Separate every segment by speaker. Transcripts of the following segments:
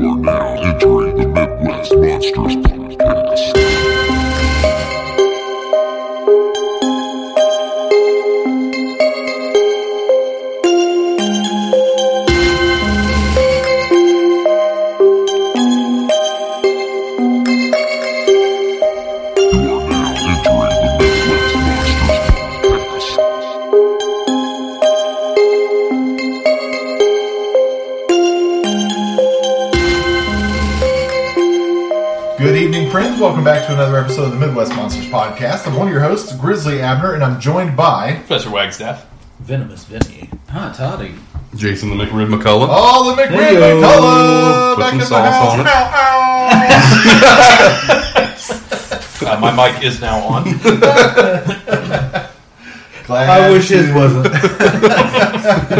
Speaker 1: You are now entering the Midwest Monsters Podcast. You are now entering the Midwest Monsters Podcast.
Speaker 2: Good evening, friends. Welcome back to another episode of the Midwest Monsters Podcast. I'm one of your hosts, Grizzly Abner, and I'm joined by
Speaker 3: Professor Wagstaff.
Speaker 4: Venomous Vinny. Hi, Toddy.
Speaker 5: Jason the McRib McCullough.
Speaker 2: all the McRib
Speaker 5: Hey-yo.
Speaker 2: McCullough
Speaker 5: Put
Speaker 2: back in
Speaker 5: some
Speaker 2: the
Speaker 5: sauce
Speaker 2: house.
Speaker 5: on it.
Speaker 2: Ow,
Speaker 3: Uh, my mic is now on.
Speaker 2: ow. Glad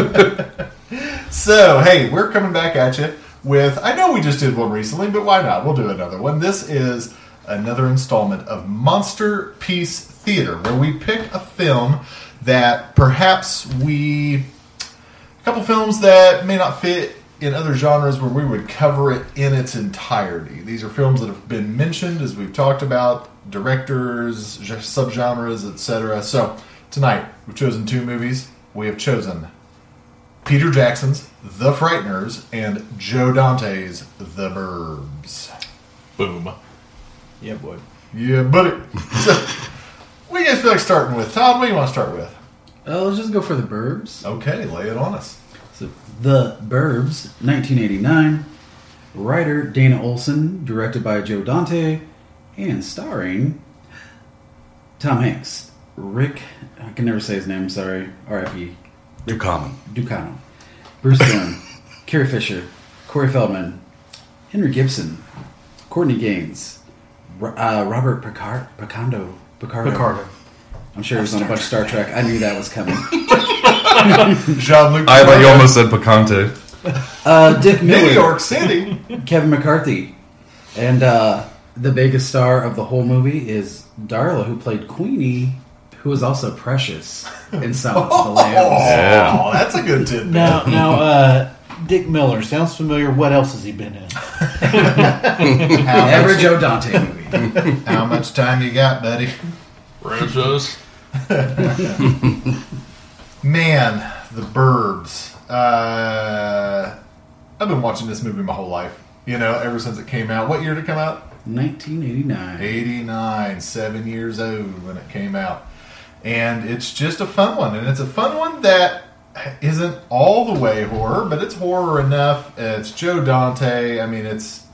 Speaker 2: to-
Speaker 4: wasn't.
Speaker 2: So, hey, we're coming back at you with. I know we just did one recently, but why not? We'll do another one. This is another installment of Monster Piece Theater, where we pick a film that perhaps we a couple films that may not fit in other genres where we would cover it in its entirety. These are films that have been mentioned as we've talked about directors, ge- subgenres, etc. So tonight we've chosen two movies. We have chosen Peter Jackson's The Frighteners and Joe Dante's The Burbs.
Speaker 3: Boom. Yeah, boy.
Speaker 2: Yeah, buddy. So, what do you guys feel like starting with? Todd, what do you want to start with?
Speaker 4: Uh, let's just go for the Burbs.
Speaker 2: Okay, lay it on us.
Speaker 4: So, the Burbs, 1989. Writer Dana Olson, directed by Joe Dante, and starring Tom Hanks, Rick. I can never say his name. Sorry, R.I.P.
Speaker 5: They're common.
Speaker 4: Ducano, Bruce Dillon, Carrie Fisher, Corey Feldman, Henry Gibson, Courtney Gaines, Ro- uh, Robert Picard, Picardo, Picardo.
Speaker 3: Picardo.
Speaker 4: I'm sure he was on a bunch of Star Trek. I knew that was coming.
Speaker 2: Jean Luc.
Speaker 5: I like you almost said picante.
Speaker 4: Uh, Dick
Speaker 2: New
Speaker 4: Miller,
Speaker 2: York City.
Speaker 4: Kevin McCarthy, and uh, the biggest star of the whole movie is Darla, who played Queenie, who was also Precious in Silence of the Lambs.
Speaker 5: Yeah.
Speaker 2: Oh, that's a good tidbit.
Speaker 6: Now, now, uh, Dick Miller sounds familiar. What else has he been in?
Speaker 2: How,
Speaker 4: Every
Speaker 2: much,
Speaker 4: Joe Dante movie.
Speaker 2: how much time you got, buddy?
Speaker 3: Roses.
Speaker 2: Man, the Burbs. Uh, I've been watching this movie my whole life. You know, ever since it came out. What year did it come out?
Speaker 4: 1989.
Speaker 2: 89, seven years old when it came out. And it's just a fun one. And it's a fun one that isn't all the way horror, but it's horror enough. It's Joe Dante. I mean, it's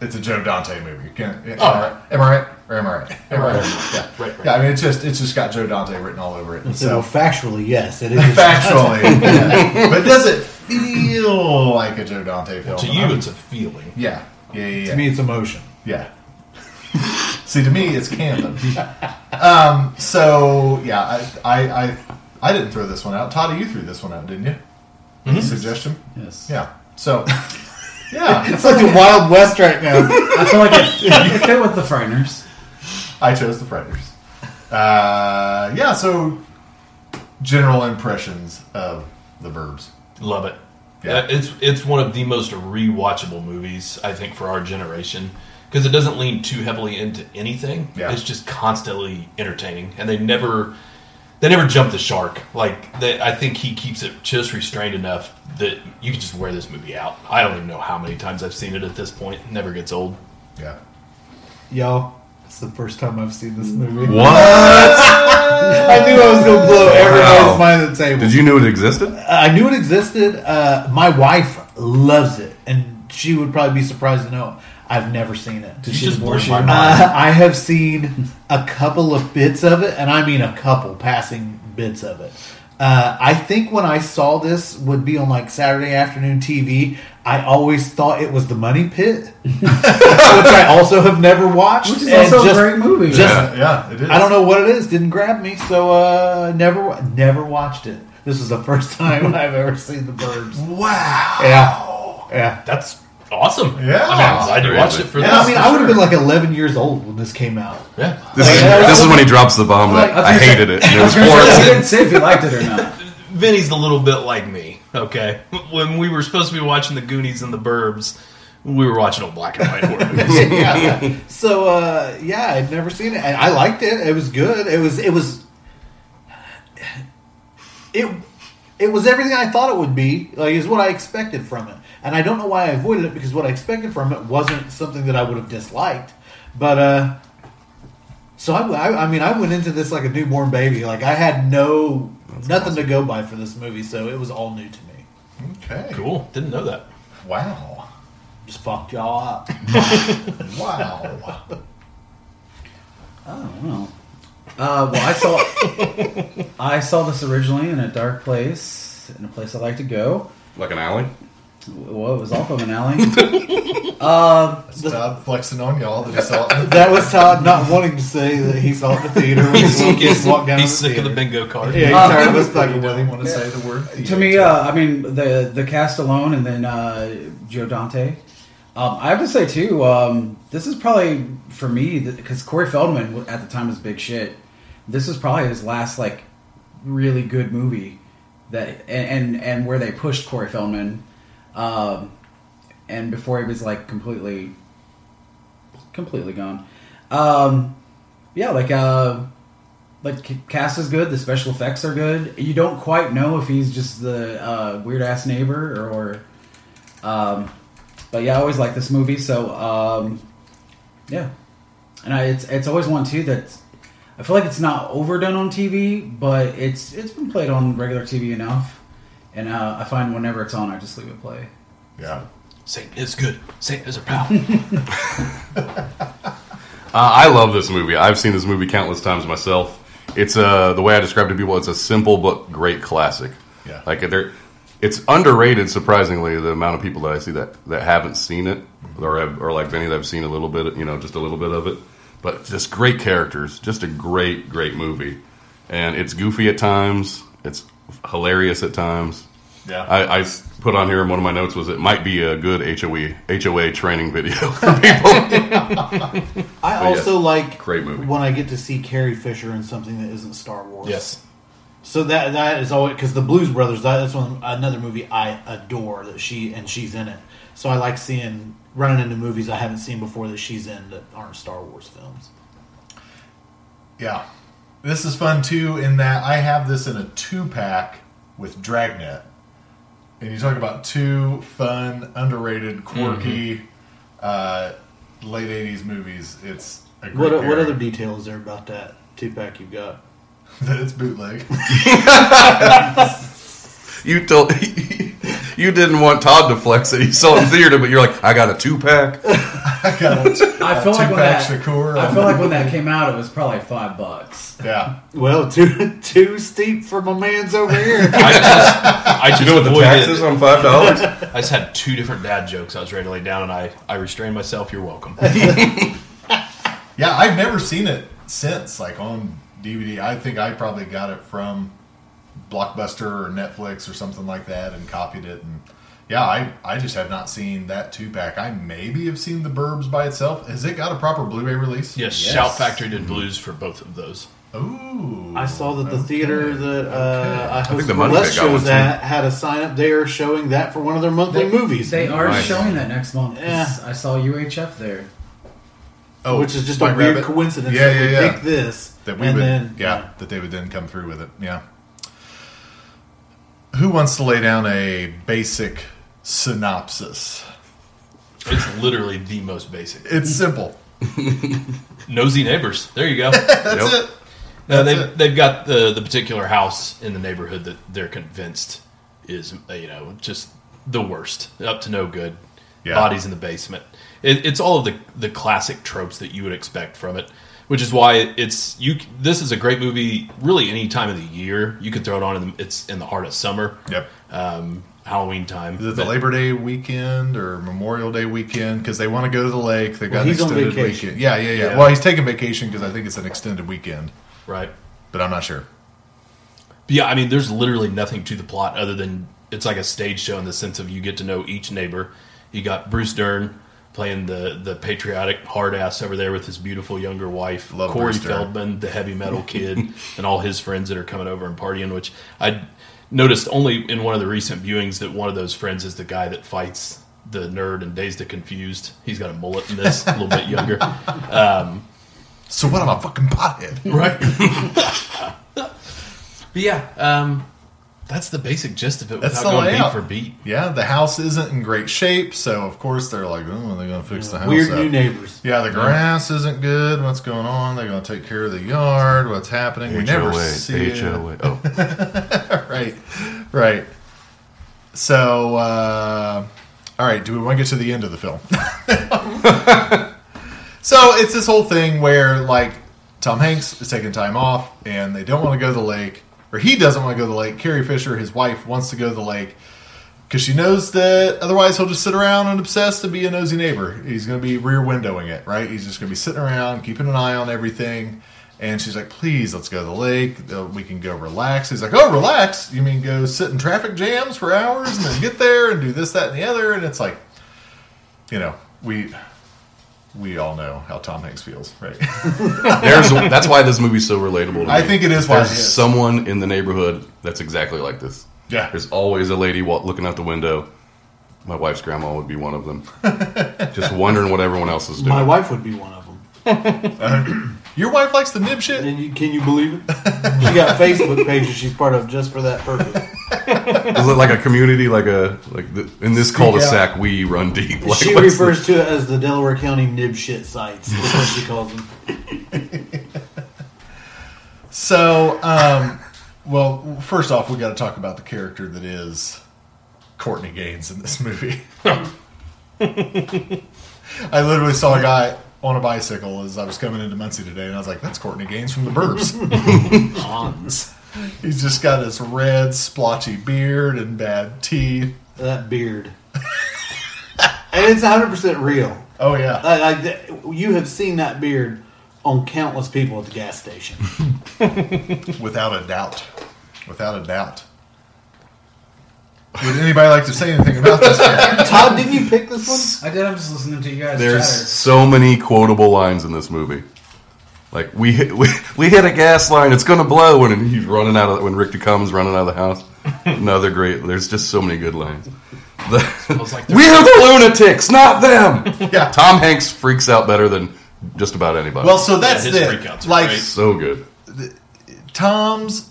Speaker 2: it's a Joe Dante movie. Can, am, I right? Oh, am I right? Or am I right? Am I right? Yeah.
Speaker 3: Right, right.
Speaker 2: yeah, I mean, it's just it's just got Joe Dante written all over it. So
Speaker 6: So, factually, yes, it is.
Speaker 2: factually, yeah. but does it feel like a Joe Dante film?
Speaker 3: To you, it's a feeling.
Speaker 2: yeah, yeah, yeah. yeah.
Speaker 6: To me, it's emotion.
Speaker 2: Yeah. See, to me, it's Camden. um, so yeah, I, I I I didn't throw this one out. Todd, you threw this one out, didn't you? Any
Speaker 6: Mm-hmm.
Speaker 2: Suggestion?
Speaker 4: Yes.
Speaker 2: Yeah. So yeah,
Speaker 6: It's like the Wild West right now.
Speaker 4: I feel like it, it fit with the Frighteners.
Speaker 2: I chose the Predators. Uh, yeah. So general impressions of the Burbs.
Speaker 3: Love it.
Speaker 2: Yeah.
Speaker 3: Uh, it's it's one of the most rewatchable movies I think for our generation because it doesn't lean too heavily into anything.
Speaker 2: Yeah.
Speaker 3: It's just constantly entertaining, and they never they never jump the shark. Like they, I think he keeps it just restrained enough that you can just wear this movie out. I don't even know how many times I've seen it at this point. It never gets old.
Speaker 2: Yeah.
Speaker 6: Y'all, it's the first time I've seen this movie.
Speaker 5: What?
Speaker 6: I knew I was going to blow
Speaker 5: Wow.
Speaker 6: everybody's mind at the table.
Speaker 5: Did you know it existed?
Speaker 6: I knew it existed. Uh, my wife loves it, and she would probably be surprised to know I've never seen it.
Speaker 3: You just blew
Speaker 4: divorce
Speaker 3: my
Speaker 4: you?
Speaker 3: mind.
Speaker 6: Uh, I have seen a couple of bits of it, and I mean a couple passing bits of it. Uh, I think when I saw this would be on like Saturday afternoon TV. I always thought it was the Money Pit, which I also have never watched.
Speaker 4: Which is
Speaker 6: and
Speaker 4: also
Speaker 6: just-
Speaker 4: a great movie.
Speaker 6: just-
Speaker 2: Yeah, Uh, yeah, it is.
Speaker 6: I don't know what it is. Didn't grab me, so uh, never wa- never watched it. This is the first time I've ever seen the Burbs.
Speaker 2: Wow.
Speaker 6: Yeah, Yeah.
Speaker 3: That's awesome.
Speaker 2: Yeah.
Speaker 3: I mean, I'm glad you
Speaker 5: Crazy.
Speaker 3: watched it for
Speaker 2: Yeah,
Speaker 6: I
Speaker 3: this.
Speaker 6: mean, I would have been like 11 years old when this came out.
Speaker 3: yeah.
Speaker 5: This is, this is when he drops the bomb that I hated it. And it was
Speaker 4: He
Speaker 5: horrible.
Speaker 4: didn't say if he liked it or not.
Speaker 3: Vinny's a little bit like me. Okay, when we were supposed to be watching the Goonies and the Burbs, we were watching old black and white horror movies.
Speaker 6: yeah. So uh, yeah, I'd never seen it, and I liked it. It was good. It was it was it it was everything I thought it would be. Like is what I expected from it, and I don't know why I avoided it because what I expected from it wasn't something that I would have disliked. But uh, so I, I, I mean, I went into this like a newborn baby. Like I had no nothing to go by for this movie, so it was all new to me.
Speaker 2: Okay.
Speaker 3: cool. Didn't know that.
Speaker 2: Wow.
Speaker 6: Just fucked y'all up.
Speaker 2: Wow.
Speaker 4: Oh well. Uh, well, I saw I saw this originally in a dark place, in a place I like to go.
Speaker 5: Like an alley?
Speaker 4: Well, it was off of an alley. uh,
Speaker 2: Stop flexing on y'all that saw it.
Speaker 6: That was Todd not wanting to say that he saw it in the theater. When
Speaker 3: He's sick,
Speaker 6: he
Speaker 3: he's,
Speaker 6: walked down to
Speaker 3: sick of the
Speaker 6: theater.
Speaker 3: bingo card.
Speaker 6: Yeah, he's
Speaker 4: Uh,
Speaker 6: tired of us
Speaker 2: Like, he
Speaker 6: fucking with
Speaker 2: doesn't
Speaker 6: him.
Speaker 2: want to say the word
Speaker 4: to me, uh, I mean the the cast alone, and then uh, Joe Dante. Um, I have to say too, um, this is probably for me because Corey Feldman w- at the time was big shit. This is probably his last like really good movie that and and, and where they pushed Corey Feldman, um, and before he was like completely completely gone. Um, yeah, like uh, like c- cast is good. The special effects are good. You don't quite know if he's just the uh, weird ass neighbor or, um, but yeah, I always like this movie. So um, yeah, and I, it's it's always one too that I feel like it's not overdone on TV, but it's it's been played on regular TV enough. And uh, I find whenever it's on, I just leave it play.
Speaker 2: Yeah.
Speaker 3: Satan is good. Satan is a pal.
Speaker 5: Uh, I love this movie. I've seen this movie countless times myself. It's uh, the way I describe it to people. It's a simple but great classic.
Speaker 2: Yeah.
Speaker 5: like they're, it's underrated. Surprisingly, the amount of people that I see that, that haven't seen it, or have, or like Vinny, that have seen a little bit, you know, just a little bit of it. But just great characters, just a great, great movie, and it's goofy at times. It's hilarious at times.
Speaker 2: Yeah.
Speaker 5: I, I s- put on here in one of my notes was it might be a good E, HOE HOA training video for people.
Speaker 6: I
Speaker 5: But yes,
Speaker 6: also like
Speaker 5: great movie.
Speaker 6: when I get to see Carrie Fisher in something that isn't Star Wars.
Speaker 3: yes.
Speaker 6: So that that is always because the Blues Brothers. That, that's one another movie I adore that she and she's in it. So I like seeing running into movies I haven't seen before that she's in that aren't Star Wars films.
Speaker 2: Yeah. This is fun too in that I have this in a two pack with Dragnet. And you talk about two fun, underrated, quirky uh, late 80s movies. It's a great
Speaker 6: What what
Speaker 2: pairing.
Speaker 6: other detail is there about that two pack you've got?
Speaker 2: that it's bootleg.
Speaker 5: You told you didn't want Todd to flex it. You saw it in theater, but you're like, I got a two pack.
Speaker 2: I got it.
Speaker 4: I feel like when
Speaker 2: Uh, Tupac
Speaker 4: that
Speaker 2: Shakur.
Speaker 4: I feel like when that came out, it was probably five bucks.
Speaker 2: Yeah.
Speaker 6: Well, too too steep for my man's over here.
Speaker 3: I just, I just
Speaker 5: You know what the
Speaker 3: avoided-
Speaker 5: taxes on five dollars?
Speaker 3: I just had two different dad jokes. I was ready to lay down, and I I restrained myself. You're welcome.
Speaker 2: Yeah, I've never seen it since, like on DVD. I think I probably got it from Blockbuster or Netflix or something like that and copied it. And yeah, I, I just have not seen that two pack. I maybe have seen The Burbs by itself. Has it got a proper Blu ray release?
Speaker 3: Yes,
Speaker 4: Yes.
Speaker 3: Shout Factory did blues for both of those.
Speaker 2: Ooh.
Speaker 6: I saw that the
Speaker 2: okay.
Speaker 6: theater that uh, I
Speaker 5: think
Speaker 6: hosted
Speaker 5: the
Speaker 6: the
Speaker 5: Money
Speaker 6: Les
Speaker 5: Pit got one,
Speaker 6: shows
Speaker 5: too.
Speaker 6: at had a sign up there showing that for one of their monthly movies,
Speaker 4: They are
Speaker 5: Nice.
Speaker 4: showing that next month.
Speaker 6: Yeah.
Speaker 4: I saw UHF there.
Speaker 2: Oh,
Speaker 6: which is just a
Speaker 2: White
Speaker 6: weird
Speaker 2: Rabbit?
Speaker 6: coincidence.
Speaker 2: Yeah,
Speaker 6: that
Speaker 2: yeah,
Speaker 6: we
Speaker 2: yeah.
Speaker 6: picked this
Speaker 2: that we
Speaker 6: and
Speaker 2: would,
Speaker 6: then
Speaker 2: yeah, that they would then come through with it. Yeah. Who wants to lay down a basic synopsis?
Speaker 3: It's literally the most basic.
Speaker 2: It's
Speaker 6: Mm.
Speaker 2: simple.
Speaker 3: Nosy neighbors. There you go.
Speaker 2: That's
Speaker 5: Yep.
Speaker 2: it.
Speaker 3: Now, they've,
Speaker 2: it.
Speaker 3: they've got the, the particular house in the neighborhood that they're convinced is, uh, you know, just the worst, up to no good.
Speaker 2: Yeah.
Speaker 3: Bodies in the basement. It, it's all of the, the classic tropes that you would expect from it, which is why it's you. c- This is a great movie, really, any time of the year. You could throw it on, in the, it's in the heart of summer.
Speaker 2: Yep.
Speaker 3: Um, Halloween time.
Speaker 2: Is it the
Speaker 3: But-
Speaker 2: Labor Day weekend or Memorial Day weekend? Because they want to go to the lake. They got
Speaker 6: he's
Speaker 2: an
Speaker 6: on
Speaker 2: extended
Speaker 6: vacation.
Speaker 2: weekend. Yeah, yeah, yeah,
Speaker 3: Yeah.
Speaker 2: Well, he's taking vacation because I think it's an extended weekend,
Speaker 3: Right.
Speaker 2: but I'm not sure.
Speaker 3: But yeah, I mean, there's literally nothing to the plot other than it's like a stage show in the sense of you get to know each neighbor. You got Bruce Dern playing the the patriotic hard ass over there with his beautiful younger wife,
Speaker 2: Love
Speaker 3: Corey
Speaker 2: Bruce Dern.
Speaker 3: Feldman, the heavy metal kid, and all his friends that are coming over and partying. Which I noticed only in one of the recent viewings that one of those friends is the guy that fights the nerd in Days to Confused. He's got a mullet in this, a little bit younger.
Speaker 2: So what? I'm a fucking pothead.
Speaker 3: Right. but yeah, um, that's the basic gist of it
Speaker 2: That's
Speaker 3: without
Speaker 2: the
Speaker 3: going
Speaker 2: layout.
Speaker 3: beat for beat.
Speaker 2: Yeah, the house isn't in great shape, so of course they're like, "Oh, are they gonna fix the house?"
Speaker 6: Weird
Speaker 2: up?"
Speaker 6: new neighbors.
Speaker 2: Yeah, the grass isn't good. What's going on? They're gonna take care of the yard. What's happening? We never see it.
Speaker 5: HOA. Oh,
Speaker 2: right, right. So, uh, all right. Do we want to get to the end of the film? so it's this whole thing where like Tom Hanks is taking time off, and they don't want to go to the lake, or he doesn't want to go to the lake. Carrie Fisher, his wife, wants to go to the lake because she knows that otherwise he'll just sit around and obsess to be a nosy neighbor. He's going to be rear windowing it, right? He's just going to be sitting around, keeping an eye on everything. And she's like, please, let's go to the lake. Uh, We can go relax. He's like, oh, relax? You mean go sit in traffic jams for hours and then get there and do this, that, and the other? And it's like, you know, we. We all know how Tom Hanks feels, right?
Speaker 5: there's that's why this movie's so relatable. To
Speaker 2: I
Speaker 5: me.
Speaker 2: think it is why
Speaker 5: There's
Speaker 2: it is.
Speaker 5: someone in the neighborhood that's exactly like this.
Speaker 2: Yeah.
Speaker 5: There's always a lady wa- looking out the window. My wife's grandma would be one of them, just wondering what everyone else is doing.
Speaker 6: My wife would be one of them.
Speaker 2: Your wife likes the nib shit.
Speaker 6: And you, can you believe it? She got Facebook pages she's part of just for that purpose.
Speaker 5: Is it like a community, like a like the, in this cul-de-sac we run deep? Like,
Speaker 6: she
Speaker 5: what's the-
Speaker 6: refers to it as the Delaware County nib shit sites. Is what she calls them.
Speaker 2: So, um, well, first off, we got to talk about the character that is Courtney Gaines in this movie. I literally saw a guy on a bicycle as I was coming into Muncie today, and I was like, "That's Courtney Gaines from The Burbs."
Speaker 3: Hans.
Speaker 2: He's just got this red, splotchy beard and bad teeth.
Speaker 6: That beard. and it's 100% real.
Speaker 2: Oh yeah,
Speaker 6: Like, like th- you have seen that beard on countless people at the gas station.
Speaker 2: without a doubt, without a doubt. Would anybody like to say anything about this?
Speaker 6: Todd, didn't you pick this one?
Speaker 4: I did. I'm just listening to you guys.
Speaker 5: There's
Speaker 4: chatter.
Speaker 5: so many quotable lines in this movie. Like we hit, we, we hit a gas line, it's gonna blow, and he's running out of when Rick DeCum's running out of the house. Another great. There's just so many good lines. The,
Speaker 3: Smells like they're-
Speaker 5: we are the lunatics, not them.
Speaker 2: Yeah.
Speaker 5: Tom Hanks freaks out better than just about anybody.
Speaker 2: Well, so that's
Speaker 3: his
Speaker 2: it.
Speaker 3: freakouts are
Speaker 2: Like
Speaker 3: great.
Speaker 5: so good.
Speaker 2: Tom's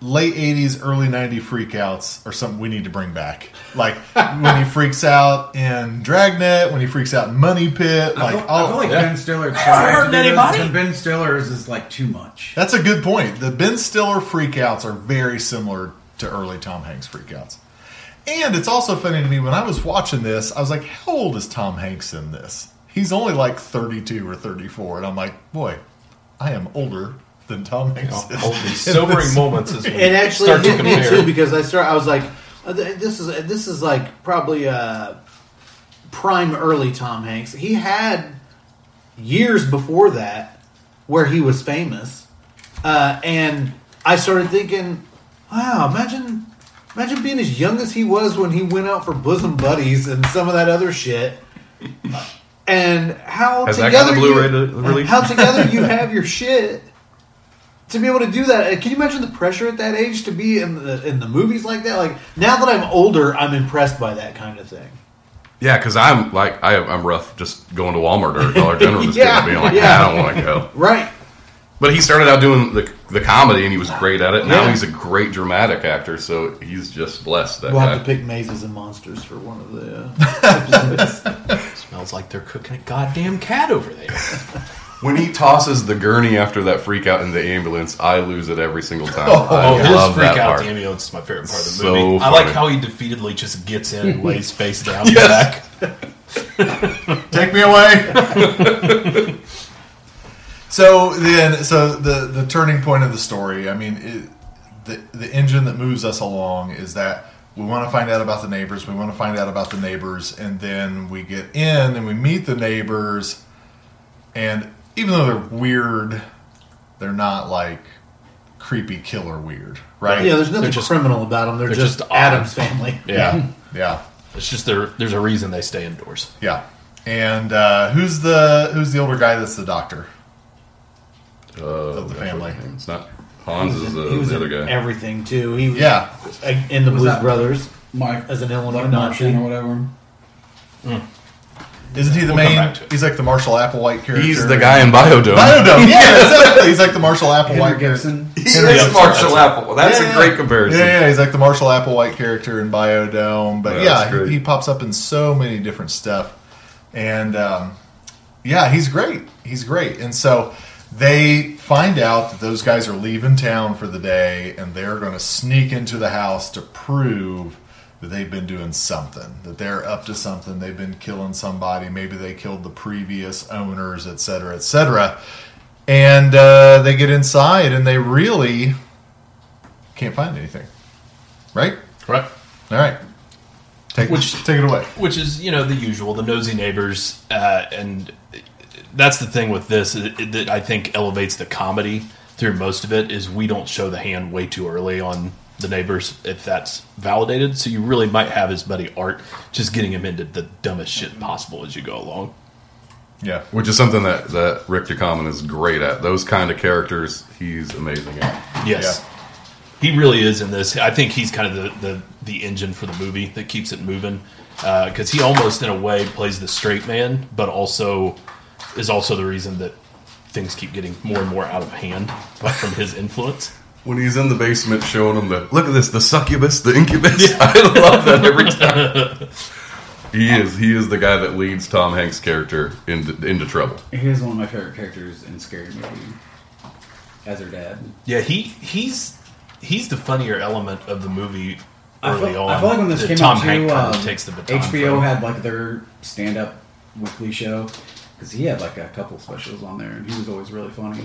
Speaker 2: late 80s, early 90 freakouts are something we need to bring back. Like when he freaks out in Dragnet, when he freaks out in Money Pit,
Speaker 4: I
Speaker 2: like
Speaker 4: feel, I
Speaker 2: all,
Speaker 4: feel like Ben Stiller
Speaker 3: hurt
Speaker 4: tried to do
Speaker 3: anybody.
Speaker 4: this, and Ben Stiller's is like too much.
Speaker 2: that's a good point. The Ben Stiller freakouts are very similar to early Tom Hanks freakouts. And it's also funny to me when I was watching this, I was like, how old is Tom Hanks in this? He's only like 32 or 34. And I'm like, boy, I am older than Tom Hanks. is
Speaker 3: Only
Speaker 2: in
Speaker 3: sobering
Speaker 2: this.
Speaker 3: moments is when
Speaker 6: It
Speaker 3: you
Speaker 6: actually
Speaker 3: start to
Speaker 6: hit me
Speaker 3: compare.
Speaker 6: too because I start. I was like, uh, th- this is this is like probably uh, prime early Tom Hanks. He had years before that where he was famous, uh, and I started thinking, wow, imagine. Imagine being as young as he was when he went out for bosom buddies and some of that other shit, and how
Speaker 5: Has that got
Speaker 6: together
Speaker 5: the
Speaker 6: you-
Speaker 5: Blu-ray to- release?
Speaker 6: how together you have your shit to be able to do that. uh, Can you imagine the pressure at that age to be in the in the movies like that? Like now that I'm older, I'm impressed by that kind of thing.
Speaker 5: Yeah, because I'm like I, I'm rough just going to Walmart or Dollar General just
Speaker 6: Yeah,
Speaker 5: being like
Speaker 6: yeah.
Speaker 5: I don't want to go.
Speaker 6: Right.
Speaker 5: But he started out doing the, the comedy and he was great at it. Now
Speaker 6: Yeah.
Speaker 5: he's a great dramatic actor, so he's just blessed. That
Speaker 6: We'll
Speaker 5: guy.
Speaker 6: have to pick mazes and monsters for one of the. Uh, episodes.
Speaker 3: Smells like they're cooking a goddamn cat over there.
Speaker 5: when he tosses the gurney after that freak out in the ambulance, I lose it every single time.
Speaker 3: Oh,
Speaker 5: I love
Speaker 3: his freak
Speaker 5: that
Speaker 3: out
Speaker 5: part.
Speaker 3: the ambulance is my favorite part of the
Speaker 5: So
Speaker 3: movie. I
Speaker 5: funny.
Speaker 3: like how he defeatedly just gets in and lays face down
Speaker 5: Yes.
Speaker 3: back.
Speaker 2: Take me away. so then, so the the turning point of the story. I mean, it, the the engine that moves us along is that we want to find out about the neighbors. We want to find out about the neighbors, and then we get in and we meet the neighbors. And even though they're weird, they're not like creepy killer weird, right?
Speaker 7: Yeah, there's nothing
Speaker 3: They're just-
Speaker 7: criminal about them. They're,
Speaker 3: they're
Speaker 7: just,
Speaker 3: just odd.
Speaker 7: Adam's family.
Speaker 2: yeah, yeah,
Speaker 3: It's just there. There's a reason they stay indoors.
Speaker 2: yeah. And uh, who's the who's the older guy that's the doctor
Speaker 5: Uh,
Speaker 2: of the family?
Speaker 5: It's not Hans is the,
Speaker 7: he was
Speaker 5: the
Speaker 7: in
Speaker 5: other guy.
Speaker 7: everything too. He was
Speaker 2: Yeah.
Speaker 7: in the
Speaker 4: Was
Speaker 7: Blues
Speaker 4: that-
Speaker 7: Brothers
Speaker 4: Mike
Speaker 7: as an Illinois
Speaker 4: Like Martian or
Speaker 7: Nazi.
Speaker 4: whatever.
Speaker 2: Isn't he the
Speaker 3: We'll come
Speaker 2: main?
Speaker 3: back to it.
Speaker 2: He's like the Marshall Applewhite character.
Speaker 5: He's the guy in Biodome.
Speaker 2: Biodome. Yeah, exactly. He's like the Marshall
Speaker 4: Henry
Speaker 2: Applewhite character.
Speaker 4: Gibson.
Speaker 5: He
Speaker 2: Henry
Speaker 5: is
Speaker 2: Gibson.
Speaker 5: Marshall Apple. That's a great comparison.
Speaker 2: Yeah, yeah, he's like the Marshall Applewhite character in Biodome, but
Speaker 5: Yeah,
Speaker 2: yeah,
Speaker 5: that's great.
Speaker 2: he, he pops up in so many different stuff, and um, yeah, he's great. He's great, and so they find out that those guys are leaving town for the day, and they're going to sneak into the house to prove that they've been doing something, that they're up to something. They've been killing somebody. Maybe they killed the previous owners, et cetera, et cetera. And uh, they get inside, and they really can't find anything. Right?
Speaker 3: Right.
Speaker 2: All right. Take
Speaker 3: Which-
Speaker 2: take it away.
Speaker 3: which is you know the usual the nosy neighbors uh, and that's the thing with this i- i- that i think elevates the comedy through most of it is we don't show the hand way too early on the neighbors if that's validated so you really might have his buddy art just getting him into the dumbest shit possible as you go along
Speaker 2: Yeah.
Speaker 5: Which is something that, that Rick DeCommon is great at. Those kind of characters, he's amazing at.
Speaker 3: yes he really is in this i think he's kind of the the, the engine for the movie that keeps it moving because he almost in a way plays the straight man but also is also the reason that things keep getting more and more out of hand like from his influence
Speaker 5: When he's in the basement showing them the look at this, the succubus, the incubus. I love that every time. He is he is the guy that leads Tom Hanks' character into into trouble.
Speaker 4: He is one of my favorite characters in Scary Movie. As her dad.
Speaker 3: yeah he he's he's the funnier element of the movie
Speaker 4: I
Speaker 3: early
Speaker 4: feel,
Speaker 3: on
Speaker 4: I feel like when this
Speaker 3: that
Speaker 4: came
Speaker 3: Tom
Speaker 4: out
Speaker 3: Hanks
Speaker 4: too,
Speaker 3: kind of
Speaker 4: um,
Speaker 3: takes the baton
Speaker 4: HBO
Speaker 3: from.
Speaker 4: had like their stand-up weekly show because he had like a couple specials on there, and he was always really funny.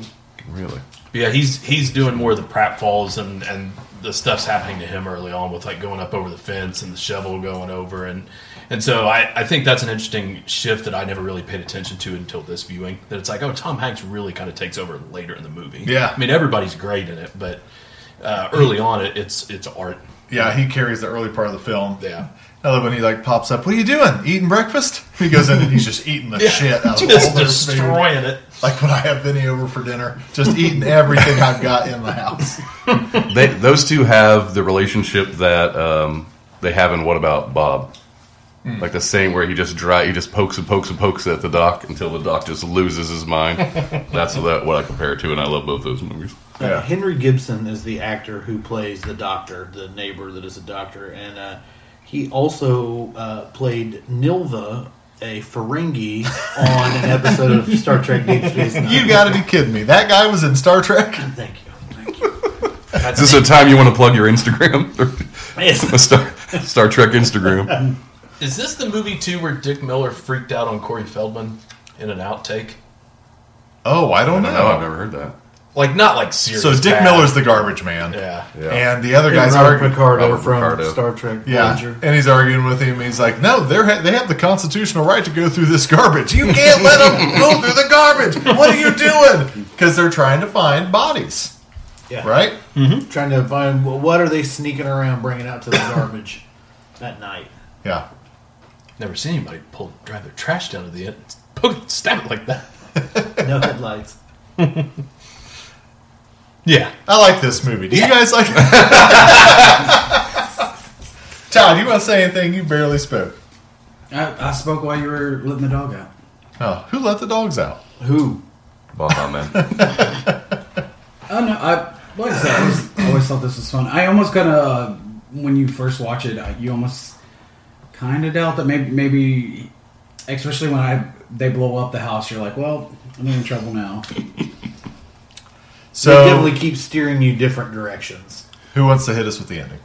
Speaker 5: Really?
Speaker 3: Yeah, he's he's doing more of the pratfalls and and the stuff's happening to him early on with like going up over the fence and the shovel going over and and so I, I think that's an interesting shift that I never really paid attention to until this viewing. That it's like, oh, Tom Hanks really kind of takes over later in the movie.
Speaker 2: Yeah.
Speaker 3: I mean everybody's great in it, but uh, early on it, it's it's art.
Speaker 2: Yeah, he carries the early part of the film.
Speaker 3: Yeah.
Speaker 2: I love when he like pops up. What are you doing? Eating breakfast? He goes in and he's just eating the shit out of all
Speaker 3: just
Speaker 2: their food.
Speaker 3: destroying it.
Speaker 2: Like when I have Vinny over for dinner, just eating everything I've got in the house.
Speaker 5: They, those two have the relationship that um, they have in What About Bob?
Speaker 2: Hmm.
Speaker 5: Like the same where he just dry, he just pokes and pokes and pokes at the doc until the doc just loses his mind. That's what, what I compare it to, and I love both those movies.
Speaker 2: Yeah.
Speaker 7: Uh, Henry Gibson is the actor who plays the doctor, the neighbor that is a doctor, and uh, he also uh, played Nilva, a Ferengi, on an episode of Star Trek: Deep Space Nine.
Speaker 2: You gotta be kidding me. That guy was in Star Trek?
Speaker 7: Thank you. Thank you.
Speaker 5: Is this a time you want to plug your Instagram?
Speaker 7: Yes.
Speaker 5: Star, Star Trek Instagram.
Speaker 3: Is this the movie too where Dick Miller freaked out on Corey Feldman in an outtake?
Speaker 2: Oh, I don't know.
Speaker 5: I don't know, I've never heard that.
Speaker 3: Like not like serious.
Speaker 2: so Dick
Speaker 3: bad.
Speaker 2: Miller's the garbage man.
Speaker 3: yeah.
Speaker 5: Yeah.
Speaker 2: And the other guys
Speaker 7: Robert
Speaker 2: are
Speaker 7: Picardo
Speaker 5: Robert
Speaker 7: from
Speaker 5: Picardo.
Speaker 7: Star Trek
Speaker 2: Yeah,
Speaker 7: Voyager.
Speaker 2: and he's arguing with him. He's like, "No, they're ha- they have the constitutional right to go through this garbage. You can't let them go through the garbage. What are you doing? Because they're trying to find bodies,
Speaker 7: Yeah.
Speaker 2: right?
Speaker 7: Trying to find well, what are they sneaking around, bringing out to the garbage at night.
Speaker 2: Yeah,
Speaker 3: Never seen anybody pull drive their trash down to the end, poke, stab it like that.
Speaker 7: No headlights.
Speaker 3: Yeah,
Speaker 2: I like this movie. Do you guys like? Todd, you want to say anything? You barely spoke.
Speaker 4: I, I spoke while you were letting the dog out.
Speaker 2: Oh, who let the dogs out?
Speaker 7: Who?
Speaker 5: Baja Man.
Speaker 4: Oh no! I like I said, I always, I always thought this was fun. I almost kind of when you first watch it, I- you almost kind of doubt that maybe, maybe, especially when I they blow up the house, you're like, well, I'm in trouble now.
Speaker 7: they
Speaker 2: So,
Speaker 7: definitely keep steering you different directions.
Speaker 2: who wants to hit us with the ending?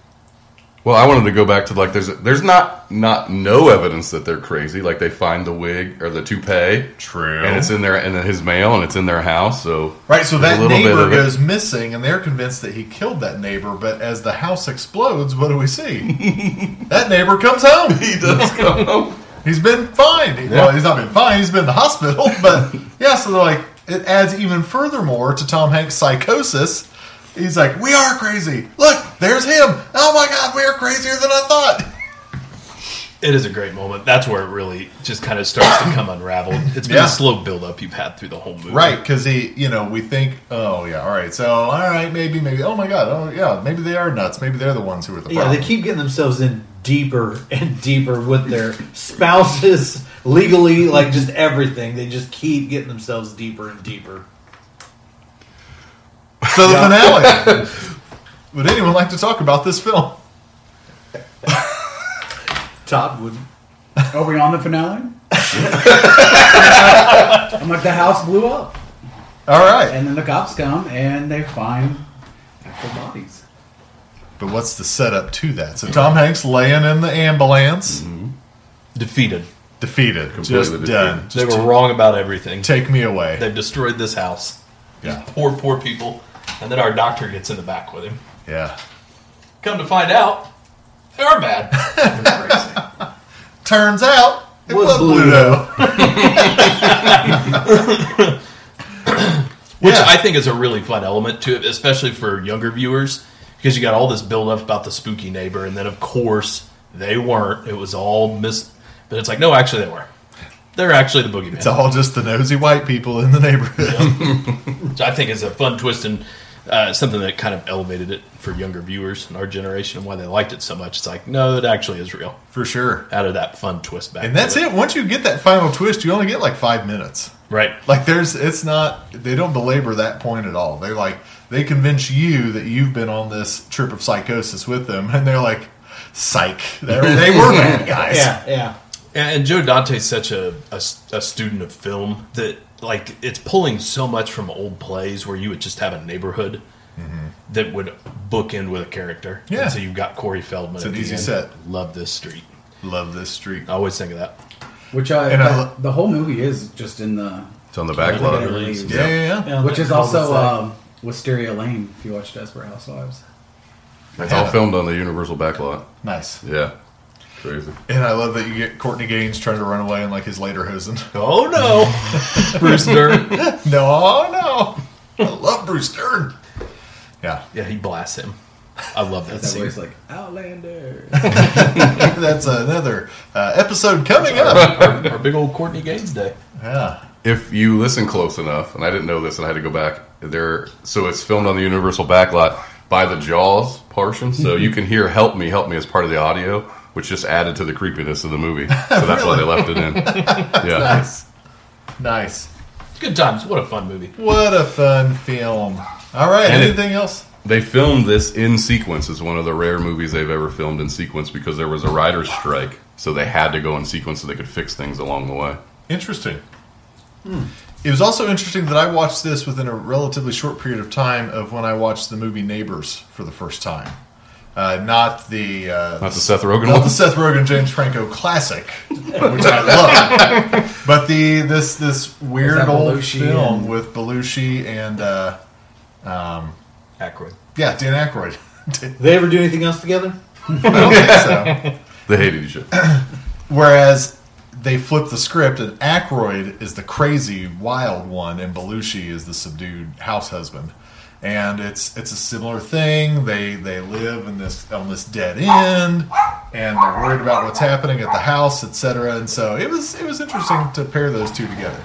Speaker 5: Well, I wanted to go back to like there's there's not not no evidence that they're crazy. Like they find the wig or the toupee,
Speaker 2: True.
Speaker 5: and it's in their and then his mail and it's in their house. So
Speaker 2: Right, so that
Speaker 5: there's a little bit
Speaker 2: neighbor
Speaker 5: of it.
Speaker 2: goes missing, and they're convinced that he killed that neighbor. But as the house explodes, what do we see? that neighbor comes home.
Speaker 5: he does come home.
Speaker 2: He's been fine. Well, he's not been fine. He's been in the hospital. But yeah, so they're like, it adds even furthermore to Tom Hanks' psychosis He's like, we are crazy. Look, there's him. Oh my God, we are crazier than I thought.
Speaker 3: It is a great moment. That's where it really just kind of starts to come unraveled. It's been
Speaker 2: Yeah.
Speaker 3: a slow build up you've had through the whole movie.
Speaker 2: Right, because he, you know, we think, oh yeah, all right, so all right, maybe, maybe, oh my God, oh yeah, maybe they are nuts. Maybe they're the ones who are the
Speaker 7: Yeah,
Speaker 2: problem.
Speaker 7: they keep getting themselves in deeper and deeper with their spouses legally, like just everything. They just keep getting themselves deeper and deeper.
Speaker 2: so the finale. Would anyone like to talk about this film?
Speaker 7: Todd would.
Speaker 4: Are we on the finale? I'm like, the house blew up.
Speaker 2: All right,
Speaker 4: And then the cops come and they find actual bodies.
Speaker 2: but what's the setup to that? So Tom Hanks laying in the ambulance,
Speaker 3: Defeated.
Speaker 2: defeated,
Speaker 5: Completely
Speaker 2: just
Speaker 5: defeated.
Speaker 2: done.
Speaker 3: They
Speaker 2: Just
Speaker 3: were wrong about everything.
Speaker 2: take me away.
Speaker 3: They've destroyed this house. These
Speaker 2: Yeah.
Speaker 3: poor, poor people. And then our doctor gets in the back with him.
Speaker 2: yeah,
Speaker 3: Come to find out, they are bad.
Speaker 2: turns out it
Speaker 7: Was
Speaker 2: was Bluto.
Speaker 7: Bluto.
Speaker 3: Which
Speaker 2: Yeah.
Speaker 3: I think is a really fun element to it, especially for younger viewers, because you got all this build up about the spooky neighbor, and then of course they weren't. It was all mis. But it's like, no, actually they were. They're actually the boogeyman.
Speaker 2: It's all just the nosy white people in the neighborhood.
Speaker 3: which I think is a fun twist and uh, something that kind of elevated it for younger viewers in our generation and why they liked it so much. It's like, no, it actually is real.
Speaker 2: For sure.
Speaker 3: Out of that fun twist back,
Speaker 2: And that's
Speaker 3: to
Speaker 2: it. Once you get that final twist, you only get like five minutes.
Speaker 3: right?
Speaker 2: Like there's it's not they don't belabor that point at all. They're like they convince you that you've been on this trip of psychosis with them and they're like psych. They're, they were bad guys.
Speaker 7: Yeah, yeah.
Speaker 3: And, and Joe Dante's such a, a s- a student of film that like it's pulling so much from old plays where you would just have a neighborhood that would bookend with a character.
Speaker 2: Mm-hmm. Yeah.
Speaker 3: And so you've got Corey Feldman. It's
Speaker 2: an easy set.
Speaker 3: Love this street.
Speaker 2: Love this street.
Speaker 3: I always think of that.
Speaker 4: Which I,
Speaker 2: And I-
Speaker 4: the whole movie is just in the
Speaker 5: It's on the back
Speaker 3: Love
Speaker 5: lot.
Speaker 3: it.
Speaker 4: release.
Speaker 2: Yeah, yeah, yeah.
Speaker 7: Yeah,
Speaker 4: Which is
Speaker 7: cul-de-sac.
Speaker 4: also um, Wisteria Lane. If you watch Desperate Housewives,
Speaker 5: It's all filmed on the Universal back lot.
Speaker 2: Nice.
Speaker 5: Yeah. Crazy.
Speaker 2: And I love that you get Courtney Gaines trying to run away in like his later hosen.
Speaker 3: Oh no, Bruce Dern.
Speaker 2: no, oh, no. I love Bruce Stern. Yeah,
Speaker 3: Yeah, he blasts him. I love that
Speaker 4: that
Speaker 3: scene.
Speaker 4: voice like Outlander.
Speaker 2: that's another uh, episode coming up.
Speaker 3: our, our big old Courtney Gaines day.
Speaker 2: Yeah.
Speaker 5: If you listen close enough, and I didn't know this, and I had to go back there. So it's filmed on the Universal backlot by the Jaws portion, so you can hear "Help Me, Help Me" as part of the audio, which just added to the creepiness of the movie. So that's why they left it in. Yeah,
Speaker 2: Nice. Nice.
Speaker 3: Good times. What a fun movie.
Speaker 2: What a fun film. All right,
Speaker 5: And it-
Speaker 2: anything else?
Speaker 5: they filmed this in sequence. It's one of the rare movies they've ever filmed in sequence because there was a writer's strike, so they had to go in sequence so they could fix things along the way.
Speaker 2: Interesting.
Speaker 5: Hmm.
Speaker 2: It was also interesting that I watched this within a relatively short period of time of when I watched the movie Neighbors for the first time. Uh, not the uh,
Speaker 5: Not the Seth Rogen
Speaker 2: not
Speaker 5: one?
Speaker 2: the Seth Rogen James Franco classic, which I love, but the this this weird
Speaker 4: that
Speaker 2: old
Speaker 4: Belushi
Speaker 2: film
Speaker 4: and-
Speaker 2: with Belushi and uh,
Speaker 3: Ackroyd.
Speaker 2: yeah Dan Aykroyd.
Speaker 7: Did they ever do anything else together?
Speaker 2: I don't think so.
Speaker 5: They hated each other.
Speaker 2: Whereas they flip the script, and Aykroyd is the crazy, wild one, and Belushi is the subdued house husband. And it's it's a similar thing. They they live in this on this dead end, and they're worried about what's happening at the house, etc. And so it was it was interesting to pair those two together.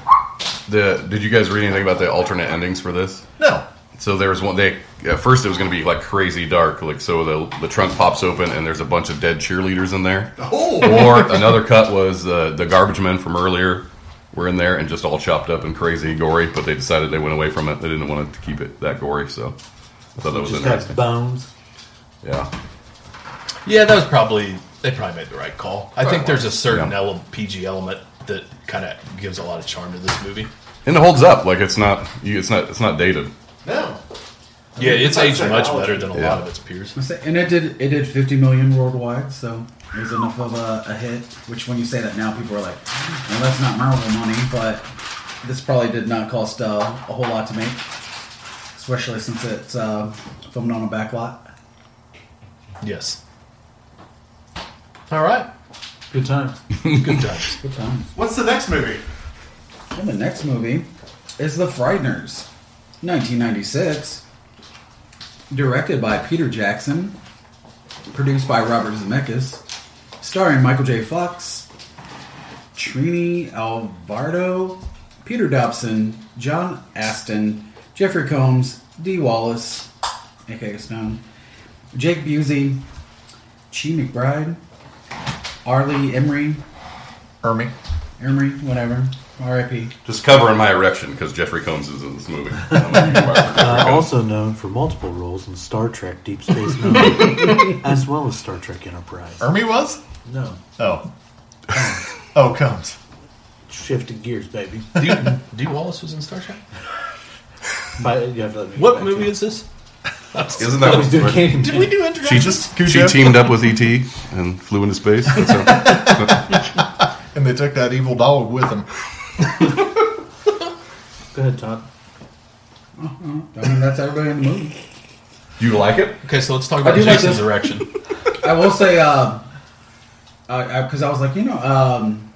Speaker 5: The, did you guys read anything about the alternate endings for this?
Speaker 2: No,
Speaker 5: So there was one. They at first it was going to be like crazy dark, like so the the trunk pops open and there's a bunch of dead cheerleaders in there. Or another cut was uh, the garbage men from earlier were in there and just all chopped up and crazy gory. But they decided they went away from it. They didn't want to keep it that gory. So I thought that was
Speaker 7: Just have
Speaker 5: interesting.
Speaker 7: bones.
Speaker 5: Yeah,
Speaker 3: Yeah, that was probably they probably made the right call. I think there's a certain
Speaker 5: Yeah.
Speaker 3: ele- PG element that kind of gives a lot of charm to this movie.
Speaker 5: and it holds up. Like it's not you. It's not. It's not dated.
Speaker 2: no.
Speaker 3: Yeah, it's aged much
Speaker 2: technology.
Speaker 3: better than a
Speaker 5: Yeah.
Speaker 3: lot of its peers.
Speaker 4: I say- And it did it did 50 million worldwide, so it was enough of a, a hit. Which when you say that now, people are like, "Well, that's not Marvel money," but this probably did not cost uh, a whole lot to make, especially since it's uh, filmed on a backlot.
Speaker 3: Yes. All right.
Speaker 7: Good times.
Speaker 3: Good times.
Speaker 4: Good times.
Speaker 2: What's the next movie?
Speaker 4: Well, the next movie is The Frighteners, 1996. Directed by Peter Jackson. Produced by Robert Zemeckis. Starring Michael J. Fox, Trini Alvardo, Peter Dobson, John Aston, Jeffrey Combs, D. Wallace, aka Stone, Jake Busey, Chi McBride, Arlie Emery,
Speaker 2: Ermy.
Speaker 4: Emery, whatever, R.I.P.
Speaker 5: Just covering my erection because Jeffrey Combs is in this movie. I don't know if you are.
Speaker 6: Uh, also known for multiple roles in Star Trek Deep Space Nine, as well as Star Trek Enterprise.
Speaker 2: Ermy was?
Speaker 6: No.
Speaker 2: Oh. oh, comes.
Speaker 6: Shifted gears, baby.
Speaker 3: D, D. Wallace was in Star Trek.
Speaker 6: But you have to let me get
Speaker 3: What
Speaker 6: back
Speaker 3: movie
Speaker 6: to
Speaker 3: is this?
Speaker 5: Isn't that
Speaker 6: I was doing Kingdom
Speaker 3: Did we do introductions?
Speaker 5: she
Speaker 2: Just
Speaker 5: just she
Speaker 2: Cujo.
Speaker 5: teamed up with ET and flew into space? That's a-
Speaker 2: And they took that evil dog with them.
Speaker 6: Go ahead, Todd.
Speaker 4: I mean, that's everybody in the movie.
Speaker 5: Do you like it?
Speaker 3: Okay, so let's talk about
Speaker 4: do like
Speaker 3: Jason's
Speaker 4: this.
Speaker 3: erection.
Speaker 4: I will say, because I, because I was like, you know, um,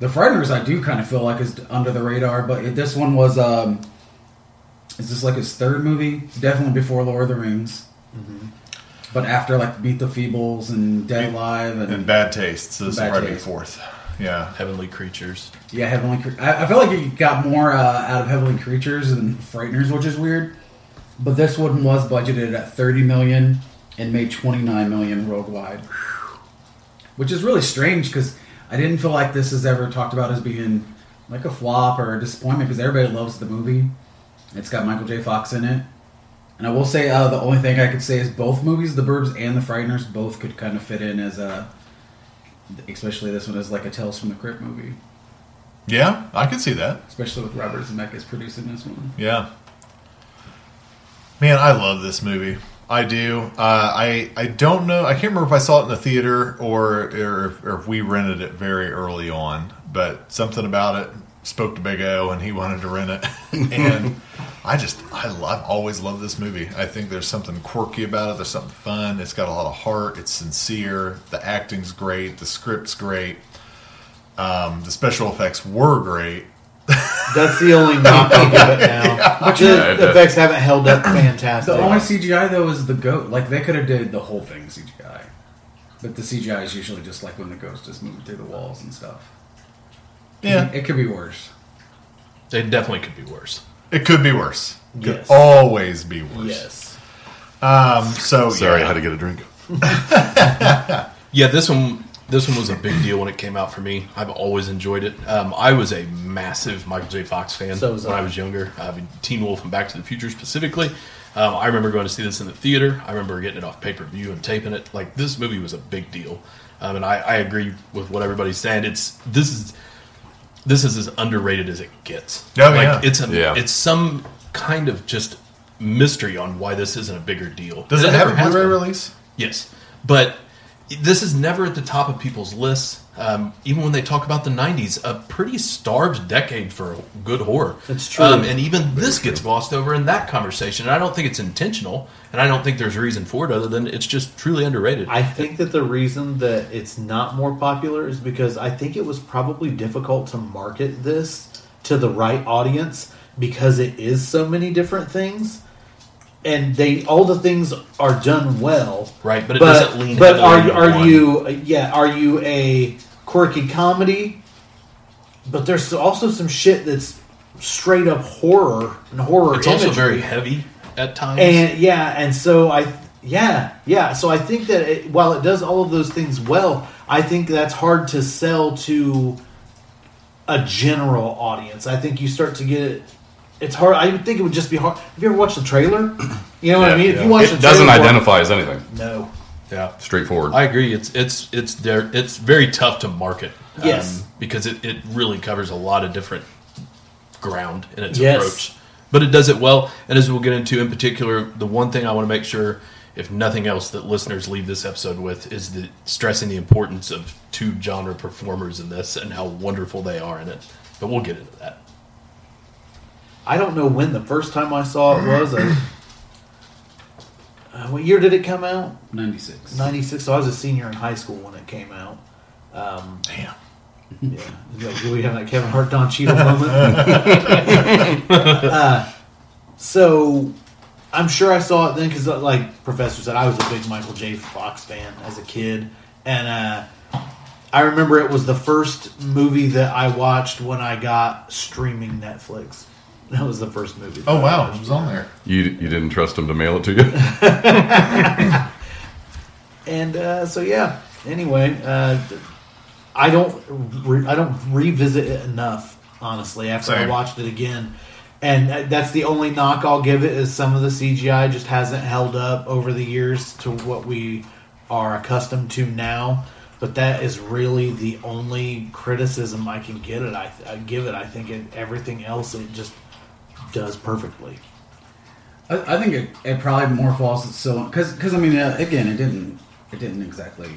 Speaker 4: the Frighteners, I do kind of feel like is under the radar, but it, this one was, um, is this like his third movie? It's definitely before Lord of the Rings, but after like Beat the Feebles and Dead Alive and,
Speaker 2: In bad taste. So this
Speaker 4: Bad
Speaker 2: is right
Speaker 4: taste.
Speaker 2: before. Yeah.
Speaker 3: Heavenly creatures.
Speaker 4: yeah, Heavenly. Cre- I, I feel like it got more uh, out of Heavenly Creatures than Frighteners, which is weird. But this one was budgeted at thirty million and made twenty nine million worldwide, which is really strange because I didn't feel like this is ever talked about as being like a flop or a disappointment because everybody loves the movie. It's got Michael J. Fox in it, and I will say uh, the only thing I could say is both movies, The Burbs and The Frighteners, both could kind of fit in as a, especially this one is like a Tales from the Crypt movie
Speaker 2: Yeah, I could see that.
Speaker 4: especially with Robert Zemeckis producing this one.
Speaker 2: Yeah. Man, I love this movie. I do. Uh, I I don't know. I can't remember if I saw it in the theater or or if, or if we rented it very early on. But something about it spoke to Big O, and he wanted to rent it. and I just I love always loved this movie. I think there's something quirky about it. There's something fun. It's got a lot of heart. It's sincere. The acting's great. The script's great. Um, the special effects were great.
Speaker 7: That's the only knock I give it now.
Speaker 5: Yeah, it
Speaker 7: the
Speaker 5: does.
Speaker 7: effects haven't held up fantastic.
Speaker 4: The only CGI though is the goat. Like they could have did the whole thing CGI, but the CGI is usually just like when the ghost is moving through the walls and stuff.
Speaker 2: Yeah,
Speaker 4: it could be worse.
Speaker 3: They definitely could be worse.
Speaker 2: it could be worse. Could
Speaker 7: Yes.
Speaker 2: always be worse.
Speaker 7: yes.
Speaker 2: Um, so
Speaker 5: Sorry, I
Speaker 2: yeah.
Speaker 5: had to get a drink.
Speaker 3: Yeah, this one this one was a big deal when it came out for me. I've always enjoyed it. Um, I was a massive Michael J. Fox fan
Speaker 7: So was
Speaker 3: when
Speaker 7: I.
Speaker 3: I. was younger. I mean, Teen Wolf and Back to the Future specifically. Um, I remember going to see this in the theater. I remember getting it off pay per view and taping it. Like this movie was a big deal, um, and I, I agree with what everybody's saying. It's this is this is as underrated as it gets.
Speaker 2: Oh,
Speaker 3: like
Speaker 2: yeah.
Speaker 3: it's a
Speaker 5: Yeah.
Speaker 3: it's some kind of just mystery on why this isn't a bigger deal.
Speaker 2: Does it, have
Speaker 3: never
Speaker 2: a
Speaker 3: has
Speaker 2: Blu-ray
Speaker 3: been.
Speaker 2: release?
Speaker 3: Yes, but this is never at the top of people's lists. Um, even when they talk about the '90s, a pretty starved decade for good horror.
Speaker 6: That's true.
Speaker 3: Um, and even this gets glossed over in that conversation. And I don't think it's intentional, and I don't think there's reason for it other than it's just truly underrated.
Speaker 6: I think that the reason that it's not more popular is because I think it was probably difficult to market this to the right audience because it is so many different things. And they all the things are done well,
Speaker 3: Right, but it doesn't lean
Speaker 6: But
Speaker 3: heavily
Speaker 6: are
Speaker 3: into
Speaker 6: are
Speaker 3: one.
Speaker 6: you yeah? Are you a quirky comedy? But there's also some shit that's straight up horror and horror.
Speaker 3: it's also
Speaker 6: imagery.
Speaker 3: very heavy at times.
Speaker 6: And yeah, and so I yeah yeah. So I think that it, while it does all of those things well, I think that's hard to sell to a general audience. I think you start to get it's hard. I think it would just be hard. Have you ever watched the trailer? You know what I
Speaker 5: Yeah,
Speaker 6: mean. If
Speaker 5: yeah.
Speaker 6: you watch
Speaker 5: it
Speaker 6: the
Speaker 5: doesn't
Speaker 6: trailer-
Speaker 5: identify as anything.
Speaker 6: No.
Speaker 3: yeah,
Speaker 5: Straightforward.
Speaker 3: I agree. It's it's it's there. It's very tough to market. um,
Speaker 6: Yes.
Speaker 3: because it, it really covers a lot of different ground in its
Speaker 6: Yes.
Speaker 3: approach, but it does it well. And as we'll get into in particular, the one thing I want to make sure, if nothing else, that listeners leave this episode with is the stressing the importance of two genre performers in this and how wonderful they are in it. But we'll get into that.
Speaker 6: I don't know when the first time I saw it was. I, uh, what year did it come out?
Speaker 4: Ninety six.
Speaker 6: Ninety six. So I was a senior in high school when it came out. Um,
Speaker 2: Damn.
Speaker 6: Yeah, Like, do we have that Kevin Hart Don Cheadle moment? uh, so I'm sure I saw it then because, like Professor said, I was a big Michael J. Fox fan as a kid, and uh, I remember it was the first movie that I watched when I got streaming Netflix. That was the first movie. that
Speaker 2: Oh
Speaker 6: I
Speaker 2: wow, it
Speaker 6: watched.
Speaker 2: was on there.
Speaker 5: You you didn't trust him to mail it to you.
Speaker 6: And uh, so yeah. Anyway, uh, I don't re- I don't revisit it enough. Honestly, after I
Speaker 2: Same.
Speaker 6: watched it again, and uh, that's the only knock I'll give it is some of the CGI just hasn't held up over the years to what we are accustomed to now. But that is really the only criticism I can get it. I, th- I give it. I think it, everything else it just does perfectly.
Speaker 4: I, I think it, it probably more falls so because because I mean uh, again it didn't it didn't exactly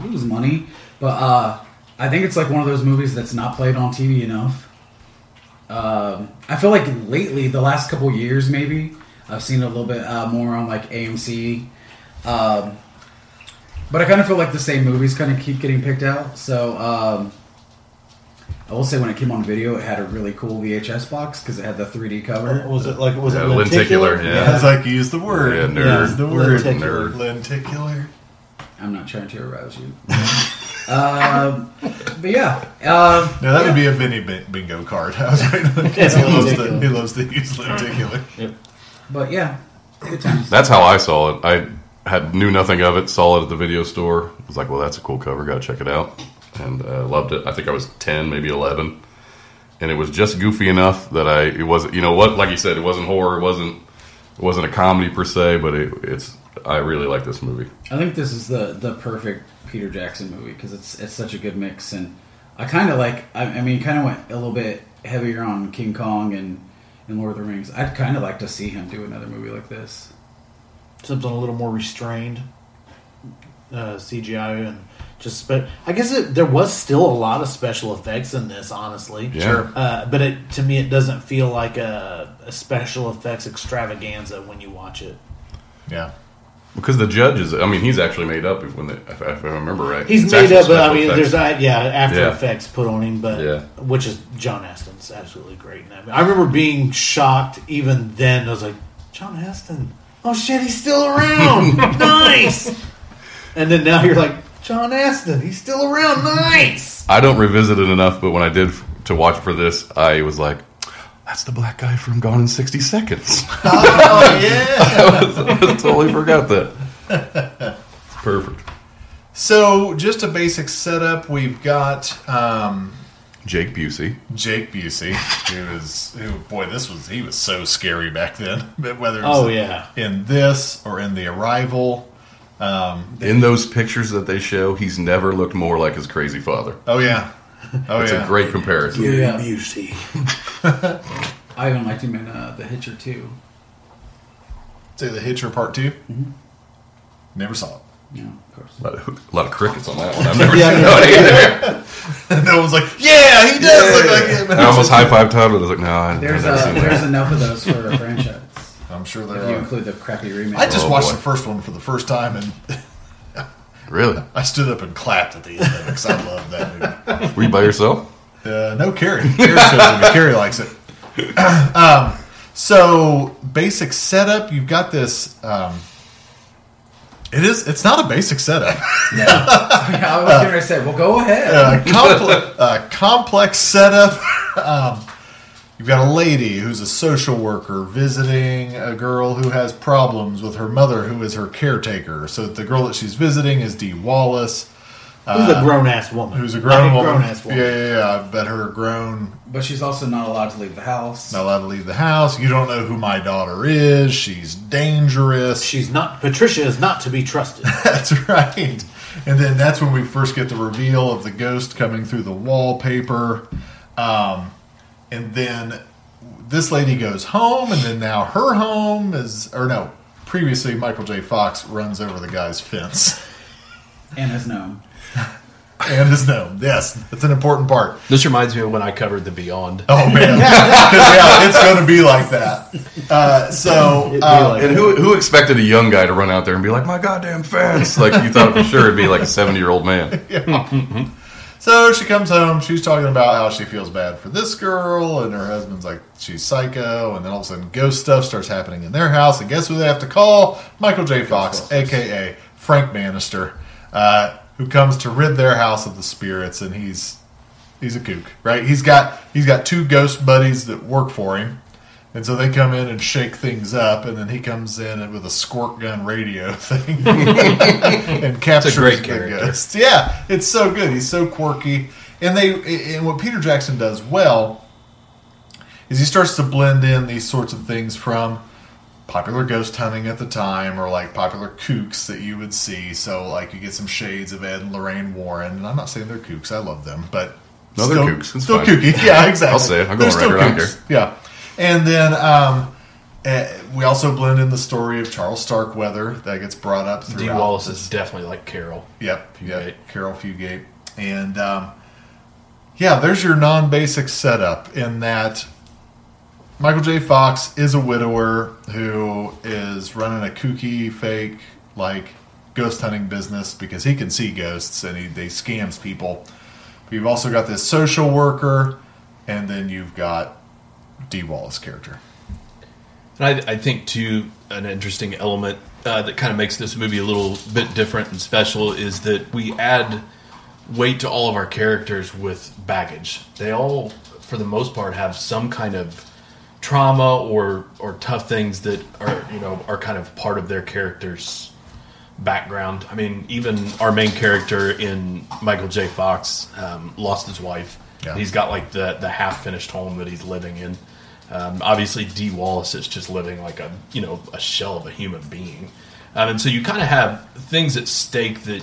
Speaker 4: lose money, but uh, I think it's like one of those movies that's not played on TV enough. Um, I feel like lately, the last couple years maybe, I've seen it a little bit uh, more on like AMC. Um, but I kind of feel like the same movies kind of keep getting picked out. So um, I will say when it came on video, it had a really cool VHS box because it had the 3D cover.
Speaker 6: Was it like was
Speaker 5: Yeah,
Speaker 6: it
Speaker 5: Uh, lenticular,
Speaker 6: lenticular?
Speaker 5: Yeah.
Speaker 2: It's like use the word.
Speaker 5: Yeah, nerd.
Speaker 2: Use the word.
Speaker 5: Lenticular.
Speaker 2: Lenticular.
Speaker 4: I'm not trying to arouse you. um, but yeah, um,
Speaker 2: Now that would be a Vinny Bin- bingo card. I was right. he loves to he loves to use lenticular.
Speaker 4: but yeah, good times.
Speaker 5: That's how I saw it. I had knew nothing of it. Saw it at the video store. I was like, "Well, that's a cool cover. Got to check it out." And uh, loved it. I think I was ten, maybe eleven, and it was just goofy enough that I it wasn't. You know what? Like you said, it wasn't horror. It wasn't. It wasn't a comedy per se, but it, it's. I really like this movie.
Speaker 4: I think this is the the perfect Peter Jackson movie because it's it's such a good mix, and I kind of like. I, I mean, kind of went a little bit heavier on King Kong and and Lord of the Rings. I'd kind of like to see him do another movie like this.
Speaker 6: something a little more restrained uh, CGI and just but I guess it, there was still a lot of special effects in this honestly
Speaker 5: Yeah. Sure.
Speaker 6: uh, but it to me it doesn't feel like a, a special effects extravaganza when you watch it
Speaker 2: Yeah.
Speaker 5: Because the judge is, I mean, he's actually made up if, when they, if, I- if I remember right.
Speaker 6: he's
Speaker 5: It's
Speaker 6: made
Speaker 5: actually
Speaker 6: up but I
Speaker 5: special
Speaker 6: mean
Speaker 5: effects.
Speaker 6: there's that yeah after
Speaker 5: Yeah.
Speaker 6: effects put on him but
Speaker 5: Yeah.
Speaker 6: which is John Aston's absolutely great in that. I remember being shocked even then I was like John Aston oh shit he's still around nice and then now you're like John Aston he's still around nice
Speaker 5: I don't revisit it enough, but when I did f- to watch for this, I was like, that's the black guy from Gone in 60 Seconds.
Speaker 2: Oh yeah.
Speaker 5: I totally forgot that. It's perfect.
Speaker 2: So just a basic setup. We've got um,
Speaker 5: Jake Busey.
Speaker 2: Jake Busey, who is who boy, this was he was so scary back then. But whether it was
Speaker 6: Oh yeah,
Speaker 2: in this or in the arrival. Um,
Speaker 5: In those pictures that they show, he's never looked more like his crazy father.
Speaker 2: oh yeah. Oh
Speaker 5: It's
Speaker 2: yeah.
Speaker 5: a great comparison.
Speaker 4: Yeah.
Speaker 6: Busey.
Speaker 4: I even liked him in uh, The Hitcher too.
Speaker 2: Say the Hitcher Part 2
Speaker 5: Mm-hmm.
Speaker 2: Never saw it.
Speaker 4: Yeah, of course.
Speaker 5: A lot, of, a lot of crickets on that one. I've never
Speaker 6: Yeah,
Speaker 5: seen
Speaker 6: yeah.
Speaker 5: that either.
Speaker 2: no one's like, yeah, he does look like
Speaker 5: I
Speaker 2: him.
Speaker 5: almost high five Todd, but I was like, no, I- I've never
Speaker 4: There's
Speaker 5: seen
Speaker 4: uh,
Speaker 5: that.
Speaker 4: there's enough of those for a franchise.
Speaker 2: I'm sure
Speaker 4: If you
Speaker 2: there are.
Speaker 4: include the crappy remake.
Speaker 2: I just
Speaker 5: Oh,
Speaker 2: watched
Speaker 5: boy.
Speaker 2: the first one for the first time and
Speaker 5: Really?
Speaker 2: I stood up and clapped at the end of it because I love that movie.
Speaker 5: Were you by yourself?
Speaker 2: Uh, no, Carrie. Carrie shows it. but Carrie likes it. um, so basic setup. You've got this. Um, it is. It's not a basic setup.
Speaker 4: I was gonna say, well, go ahead.
Speaker 2: uh, compl- uh, complex setup. um, you've got a lady who's a social worker visiting a girl who has problems with her mother, who is her caretaker. So the girl that she's visiting is Dee Wallace,
Speaker 6: who's a grown ass woman?
Speaker 2: Uh, who's a grown woman.
Speaker 6: ass woman?
Speaker 2: Yeah, yeah, yeah. But her grown,
Speaker 4: But she's also not allowed to leave the house.
Speaker 2: not allowed to leave the house. You don't know who my daughter is. She's dangerous.
Speaker 6: She's not. Patricia is not to be trusted.
Speaker 2: That's right. And then that's when we first get the reveal of the ghost coming through the wallpaper. Um, and then this lady goes home, and then now her home is, or no, previously Michael J. Fox runs over the guy's fence
Speaker 4: And his gnome.
Speaker 2: and is known. Yes, that's an important part.
Speaker 3: This reminds me of when I covered the Beyond.
Speaker 2: Oh man, 'Cause, yeah, it's going to be like that. Uh, so, uh,
Speaker 5: And who who expected a young guy to run out there and be like, my goddamn fence? Like you thought for sure it'd be like a seventy year old man.
Speaker 2: So she comes home. She's talking about how she feels bad for this girl, and her husband's like she's psycho. And then all of a sudden, ghost stuff starts happening in their house. And guess who they have to call? Michael J. Fox, aka Frank Bannister, uh, who comes to rid their house of the spirits. And he's he's a kook, right? He's got he's got two ghost buddies that work for him. And so they come in and shake things up, and then he comes in with a squirt gun radio thing and captures
Speaker 3: great
Speaker 2: the
Speaker 3: character.
Speaker 2: ghosts. Yeah, it's so good. He's so quirky, and they and what Peter Jackson does well is he starts to blend in these sorts of things from popular ghost hunting at the time or like popular kooks that you would see. So like you get some shades of Ed and Lorraine Warren, and I'm not saying they're kooks. I love them, but
Speaker 5: No, they're
Speaker 2: still,
Speaker 5: kooks. It's
Speaker 2: still
Speaker 5: fine.
Speaker 2: kooky. Yeah, exactly.
Speaker 5: I'll say it. I'll go
Speaker 2: They're
Speaker 5: on
Speaker 2: still
Speaker 5: record. I don't
Speaker 2: kooks. Yeah, and then um, eh, we also blend in the story of Charles Starkweather that gets brought up
Speaker 3: D.
Speaker 2: throughout.
Speaker 3: Wallace is definitely like Carol.
Speaker 2: Yep, yeah,
Speaker 3: Fugate.
Speaker 2: Carol Fugate, and um, yeah, there's your non-basic setup in that Michael J. Fox is a widower who is running a kooky fake like ghost hunting business because he can see ghosts and he they scams people. But you've also got this social worker, and then you've got D. Wallace character.
Speaker 3: And I, I think too an interesting element uh, that kind of makes this movie a little bit different and special is that we add weight to all of our characters with baggage. They all, for the most part, have some kind of trauma or or tough things that are you know are kind of part of their characters background. I mean, even our main character in Michael J. Fox um, lost his wife.
Speaker 2: Yeah.
Speaker 3: He's got like the the half finished home that he's living in. Um, obviously, D. Wallace is just living like a you know a shell of a human being, um, and so you kind of have things at stake that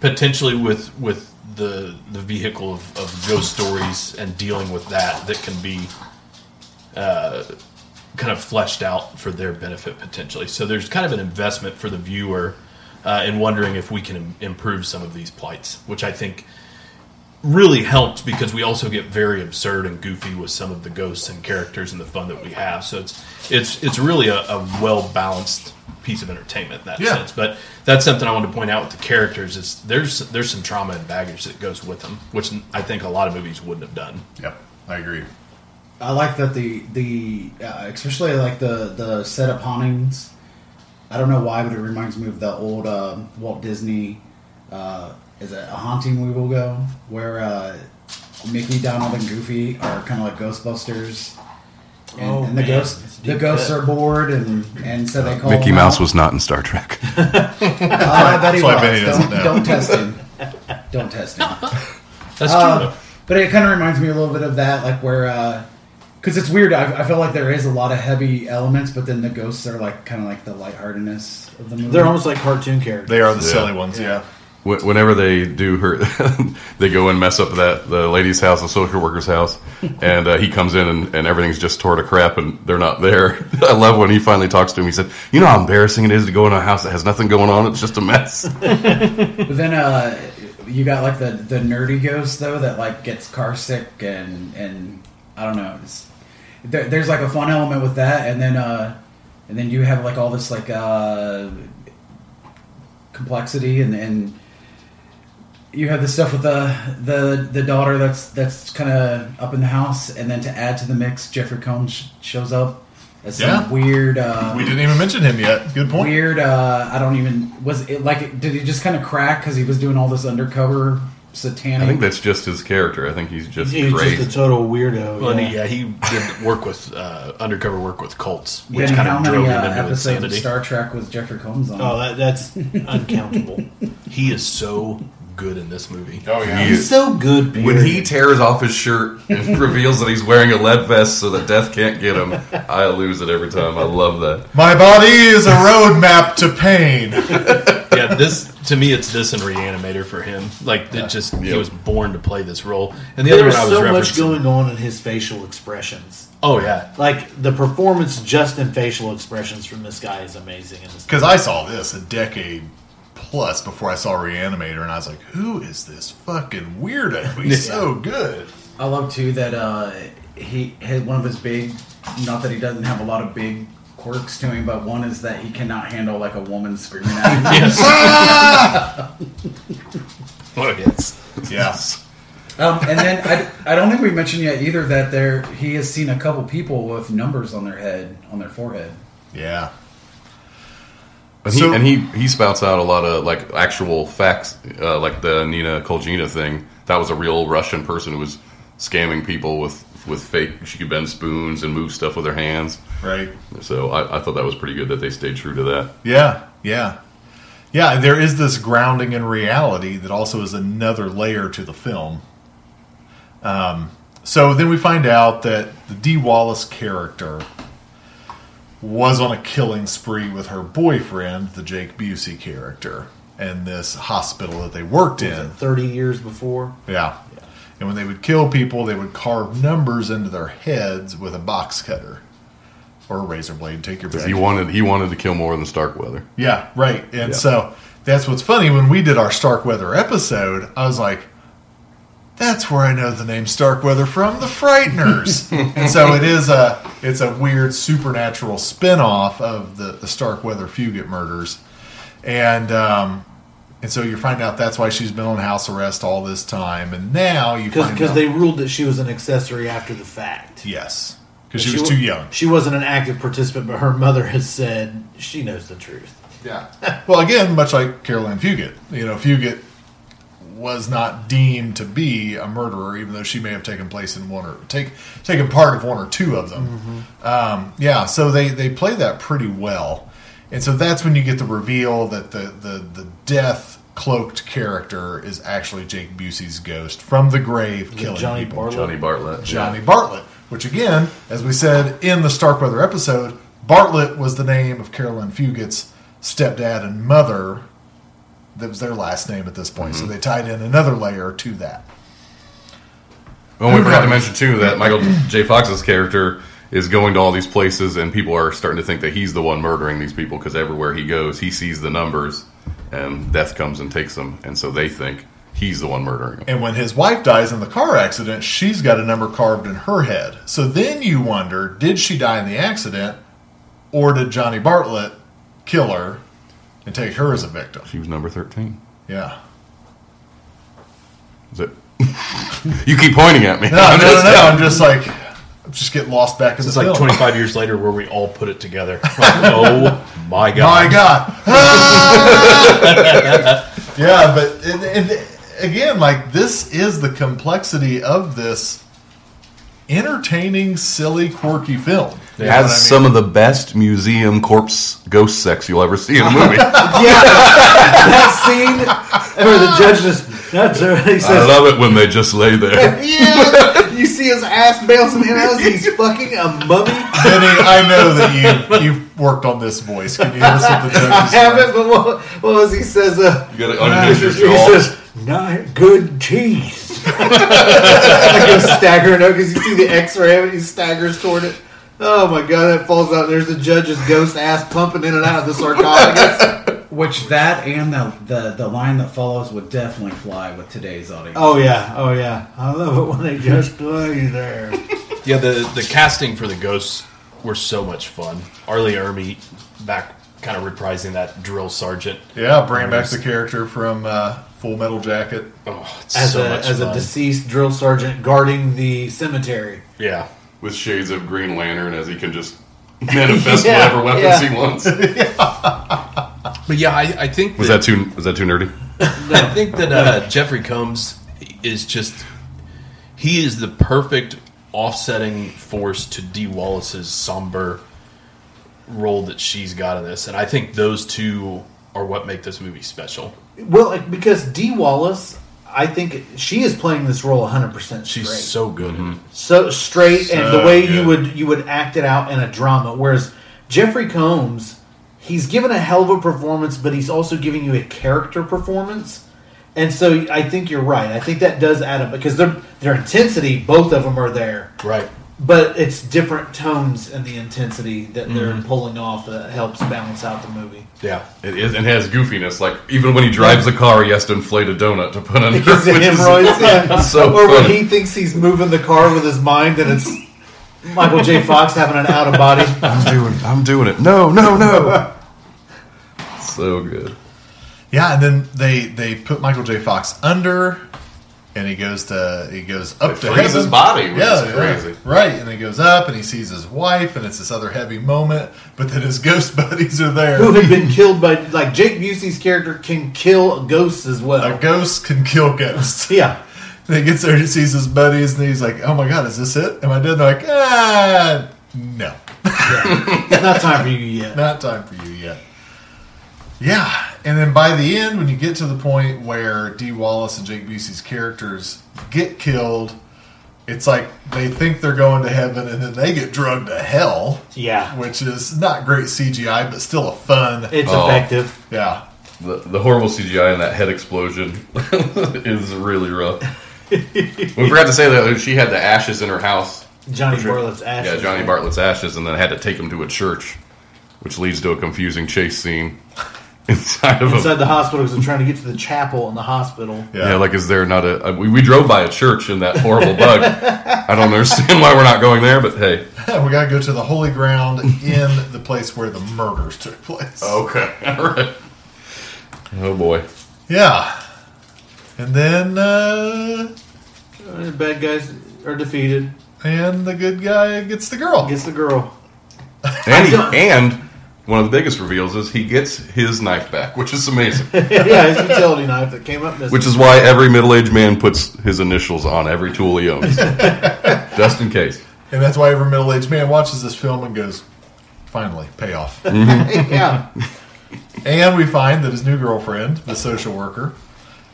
Speaker 3: potentially with with the the vehicle of, of ghost stories and dealing with that that can be kind of fleshed out for their benefit potentially. So there's kind of an investment for the viewer uh, in wondering if we can im- improve some of these plights, which I think really helped because we also get very absurd and goofy with some of the ghosts and characters and the fun that we have. So it's it's it's really a, a well balanced piece of entertainment in that
Speaker 2: Yeah.
Speaker 3: sense. But that's something I wanted to point out with the characters is there's there's some trauma and baggage that goes with them, which I think a lot of movies wouldn't have done.
Speaker 2: Yep, I agree.
Speaker 4: I like that the the uh, especially like the the set up hauntings. I don't know why, but it reminds me of the old uh, Walt Disney. Uh, is it a haunting we will go where uh, Mickey, Donald, and Goofy are kind of like Ghostbusters, and,
Speaker 6: Oh,
Speaker 4: and the
Speaker 6: man,
Speaker 4: ghosts
Speaker 6: that's a
Speaker 4: the
Speaker 6: deep
Speaker 4: ghosts
Speaker 6: cut.
Speaker 4: are bored, and and so
Speaker 2: Uh,
Speaker 4: they call
Speaker 5: Mickey
Speaker 4: them
Speaker 5: Mouse
Speaker 4: out.
Speaker 5: was not in Star Trek.
Speaker 4: Oh, I bet he
Speaker 2: That's why
Speaker 4: was.
Speaker 2: Benny doesn't
Speaker 4: Don't,
Speaker 2: know.
Speaker 4: don't test him. Don't test him.
Speaker 3: That's
Speaker 4: Uh,
Speaker 3: true. though.
Speaker 4: but it kind of reminds me a little bit of that, like where, because it's weird. I, I feel like there is a lot of heavy elements, but then the ghosts are like kind of like the lightheartedness of the movie.
Speaker 6: They're almost like cartoon characters.
Speaker 2: They are the
Speaker 5: Yeah.
Speaker 2: silly ones. Yeah,
Speaker 5: Wh- Whenever they do her, they go and mess up that the lady's house, the social worker's house, and uh, he comes in and, and everything's just tore to crap, and they're not there. I love when he finally talks to him. He said, "You know how embarrassing it is to go in a house that has nothing going on. It's just a mess."
Speaker 4: But then uh, you got like the the nerdy ghost though that like gets car sick and and I don't know. It's, there, there's like a fun element with that, and then uh, and then you have like all this like uh, complexity and and you have the stuff with the the the daughter that's that's kind of up in the house, and then to add to the mix, Jeffrey Combs sh- shows up as
Speaker 2: Yeah.
Speaker 4: some weird. Uh,
Speaker 2: we didn't even mention him yet. Good point.
Speaker 4: weird uh i don't even was it like did he just kind of crack because he was doing all this undercover satanic
Speaker 5: I think that's just his character. I think he's just
Speaker 6: He's
Speaker 5: great.
Speaker 6: just a total weirdo.
Speaker 3: Well,
Speaker 6: yeah.
Speaker 3: and he, yeah, he did work with uh, undercover work with cults,
Speaker 4: Then
Speaker 3: which kind
Speaker 4: how
Speaker 3: of
Speaker 4: many
Speaker 3: drove him
Speaker 4: uh,
Speaker 3: into
Speaker 4: episodes of
Speaker 3: insanity.
Speaker 4: star trek was jeffrey combs on
Speaker 6: Oh, that, that's uncountable.
Speaker 3: He is so good in this movie.
Speaker 2: Oh yeah.
Speaker 5: He-
Speaker 6: He's so good. Period.
Speaker 5: when he tears off his shirt and reveals that he's wearing a lead vest so that death can't get him, I lose it every time. I love that.
Speaker 2: My body is a roadmap to pain.
Speaker 3: Yeah, this to me, it's this and Reanimator for him. Like, it just he
Speaker 5: Yep.
Speaker 3: was born to play this role. And the
Speaker 6: there
Speaker 3: other
Speaker 6: was
Speaker 3: one I was
Speaker 6: so
Speaker 3: referencing.
Speaker 6: much going on in his facial expressions.
Speaker 3: oh yeah,
Speaker 6: Like the performance just in facial expressions from this guy is amazing. In this
Speaker 2: Because I saw this a decade plus before I saw Reanimator, and I was like, "Who is this fucking weirdo? He's so good."
Speaker 4: i love too that uh he had one of his big not that he doesn't have a lot of big quirks to him but one is that he cannot handle like a woman screaming at him
Speaker 3: yes. oh yes.
Speaker 2: Yeah,
Speaker 4: Um, and then I, I don't think we mentioned yet either that there he has seen a couple people with numbers on their head on their forehead.
Speaker 2: Yeah.
Speaker 5: And he,
Speaker 2: So-
Speaker 5: and he he spouts out a lot of like actual facts, uh, like the Nina Kolgina thing. That was a real Russian person who was scamming people with with fake. She could bend spoons and move stuff with her hands.
Speaker 2: Right.
Speaker 5: So I, I thought that was pretty good that they stayed true to that.
Speaker 2: Yeah. Yeah. Yeah. There is this grounding in reality that also is another layer to the film. Um, so then we find out that the D. Wallace character was on a killing spree with her boyfriend, the Jake Busey character, and this hospital that they worked in.
Speaker 6: Thirty years before.
Speaker 2: Yeah. And when they would kill people, they would carve numbers into their heads with a box cutter or a razor blade. Take your pick.
Speaker 5: Because he wanted he wanted to kill more than Starkweather.
Speaker 2: yeah, right. And
Speaker 5: Yeah.
Speaker 2: so that's what's funny. When we did our Starkweather episode, I was like, that's where I know the name Starkweather from, the Frighteners. and so it is a it's a weird supernatural spin-off of the, the Starkweather Fugit murders. And um, and so you find out that's why she's been on house arrest all this time, and now you find
Speaker 6: Because
Speaker 2: out-
Speaker 6: they ruled that she was an accessory after the fact.
Speaker 2: Yes, because she, was too young.
Speaker 6: She wasn't an active participant, but her mother has said she knows the truth.
Speaker 2: Yeah. well, again, much like Caroline Fugit, you know, Fugit was not deemed to be a murderer, even though she may have taken place in one or take taken part of one or two of them. Um, yeah. So they they play that pretty well, and so that's when you get the reveal that the the the death. Cloaked character is actually Jake Busey's ghost from the grave, killing
Speaker 6: Johnny
Speaker 2: people.
Speaker 6: Barlow?
Speaker 5: Johnny Bartlett.
Speaker 2: Johnny Bartlett, which again, as we said in the Starkweather episode, Bartlett was the name of Carolyn Fugit's stepdad and mother. That was their last name at this point,
Speaker 3: Mm-hmm.
Speaker 2: so they tied in another layer to that.
Speaker 5: Oh, we forgot to mention too that Michael J. Fox's character is going to all these places, and people are starting to think that he's the one murdering these people because everywhere he goes, he sees the numbers, and death comes and takes them, and so they think he's the one murdering them.
Speaker 2: And when his wife dies in the car accident, she's got a number carved in her head. So then you wonder, did she die in the accident, or did Johnny Bartlett kill her and take her as a victim?
Speaker 5: She was number thirteen.
Speaker 2: Yeah.
Speaker 5: Is it? you keep pointing at me.
Speaker 2: No, no, no, no. I'm just like, I'm just getting lost back in
Speaker 3: It's
Speaker 2: the
Speaker 3: like
Speaker 2: film.
Speaker 3: 25 years later where we all put it together. Like, oh my god.
Speaker 2: My God. yeah, but and, and again, like this is the complexity of this entertaining, silly, quirky film.
Speaker 5: It has some of the best museum corpse ghost sex you'll ever see in a movie. I
Speaker 6: that scene where the judge just that's her. He says,
Speaker 5: love it when they just lay there.
Speaker 6: "Yeah, you see his ass bouncing in as he's fucking a mummy."
Speaker 2: Benny, I know that you you've worked on this voice. Can you hear something?
Speaker 6: I haven't, but what, what was he says? Uh,
Speaker 5: You gotta unhinge your
Speaker 6: he
Speaker 5: jaw.
Speaker 6: says, "Not good cheese." like he's staggering out because you see the X-ray of it. He staggers toward it. Oh my god, that falls out. There's the judge's ghost ass pumping in and out of the sarcophagus.
Speaker 4: Which that and the, the the line that follows would definitely fly with today's audience.
Speaker 6: oh yeah, oh yeah. I love it when they just lay there.
Speaker 3: Yeah, the, the casting for the ghosts were so much fun. Arlie Ermy back kind of reprising that drill sergeant.
Speaker 2: Yeah, bring back the character from uh, Full Metal Jacket.
Speaker 3: Oh, it's
Speaker 6: as,
Speaker 3: so
Speaker 6: a,
Speaker 3: much
Speaker 6: as
Speaker 3: fun.
Speaker 6: a deceased drill sergeant guarding the cemetery.
Speaker 3: yeah.
Speaker 5: with shades of Green Lantern as he can just manifest
Speaker 6: Yeah,
Speaker 5: whatever weapons
Speaker 6: yeah.
Speaker 5: he wants.
Speaker 3: But yeah, I, I think
Speaker 5: Was that too? Was that too nerdy?
Speaker 3: I think that uh, Jeffrey Combs is just he is the perfect offsetting force to D Wallace's somber role that she's got in this, and I think those two are what make this movie special.
Speaker 6: Well, like, because Dee Wallace, I think she is playing this role 100% straight.
Speaker 3: She's so good. in it.
Speaker 6: so straight and the
Speaker 2: So
Speaker 6: way you
Speaker 2: good.
Speaker 6: would you would act it out in a drama whereas Jeffrey Combs he's given a hell of a performance but he's also giving you a character performance and so I think you're right I think that does add up because their their intensity both of them are there
Speaker 3: Right.
Speaker 6: but it's different tones and the intensity that they're
Speaker 5: Mm-hmm.
Speaker 6: pulling off that helps balance out the movie
Speaker 3: Yeah.
Speaker 5: It is, and has goofiness. Like even when he drives a car, he has to inflate a donut to put under.
Speaker 6: His
Speaker 5: which is-
Speaker 6: hemorrhoids, yeah.
Speaker 5: so
Speaker 6: or when
Speaker 5: funny.
Speaker 6: he thinks he's moving the car with his mind, and it's Michael J. Fox having an out of body.
Speaker 5: I'm doing. I'm doing it. No, no, no. so good.
Speaker 2: Yeah, and then they they put Michael J. Fox under, and he goes to he goes up
Speaker 5: It
Speaker 2: to
Speaker 5: frees
Speaker 2: heaven.
Speaker 5: his body, which is crazy.
Speaker 2: right? And he goes up and he sees his wife, and it's this other heavy moment. But then his ghost buddies are there.
Speaker 6: who had been killed by like Jake Busey's character can kill ghosts as well.
Speaker 2: A ghost can kill ghosts.
Speaker 6: Yeah,
Speaker 2: And he gets there, he sees his buddies, and he's like, "Oh my god, is this it? Am I dead?" And they're like, "Ah, no,
Speaker 6: it's not time for you yet.
Speaker 2: not time for you yet." Yeah, and then by the end, when you get to the point where D. Wallace and Jake Busey's characters get killed, it's like they think they're going to heaven, and then they get drugged to hell,
Speaker 6: Yeah,
Speaker 2: which is not great CGI, but still a fun.
Speaker 6: it's
Speaker 5: Oh.
Speaker 6: effective.
Speaker 2: yeah,
Speaker 5: The, the horrible CGI in that head explosion is really rough. we forgot to say that she had the ashes in her house.
Speaker 6: Johnny Bartlett's ashes.
Speaker 5: Yeah, Johnny Bartlett's ashes, and then had to take him to a church, which leads to a confusing chase scene inside of
Speaker 6: Inside
Speaker 5: a.
Speaker 6: the hospital because they're trying to get to the chapel in the hospital.
Speaker 5: Yeah. like is there not a? We, we drove by a church in that horrible bug. I don't understand why we're not going there, but hey.
Speaker 2: we gotta go to the holy ground in the place where the murders took place.
Speaker 5: Okay. All right. Oh boy.
Speaker 2: Yeah. And then, uh,
Speaker 6: Uh, Bad guys are defeated.
Speaker 2: and the good guy gets the girl.
Speaker 6: Gets the girl.
Speaker 5: And he,
Speaker 6: don't-
Speaker 5: and one of the biggest reveals is he gets his knife back, which is amazing.
Speaker 6: yeah, his utility knife that came up missing.
Speaker 5: Which is why every middle-aged man puts his initials on every tool he owns, just in case.
Speaker 2: and that's why every middle aged man watches this film and goes, finally, payoff.
Speaker 5: Mm-hmm.
Speaker 6: yeah,
Speaker 5: Um,
Speaker 2: and we find that his new girlfriend, the social worker,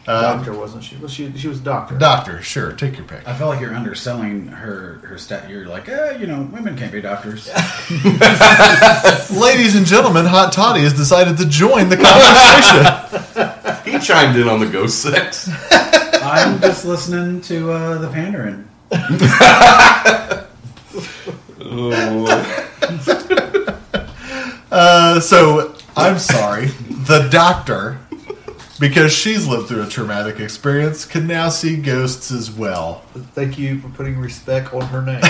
Speaker 6: doctor wasn't she? Well, she she was a doctor.
Speaker 2: doctor, sure, take your pick.
Speaker 4: I feel like you're underselling her her stat. You're like, eh, you know, women can't be doctors.
Speaker 2: Ladies and gentlemen, Hot Toddy has decided to join the conversation.
Speaker 5: He chimed in on the ghost sex.
Speaker 4: I'm just listening to uh, the pandering.
Speaker 2: uh, so, I'm sorry, the doctor, because she's lived through a traumatic experience, can now see ghosts as well.
Speaker 6: Thank you for putting respect on her name.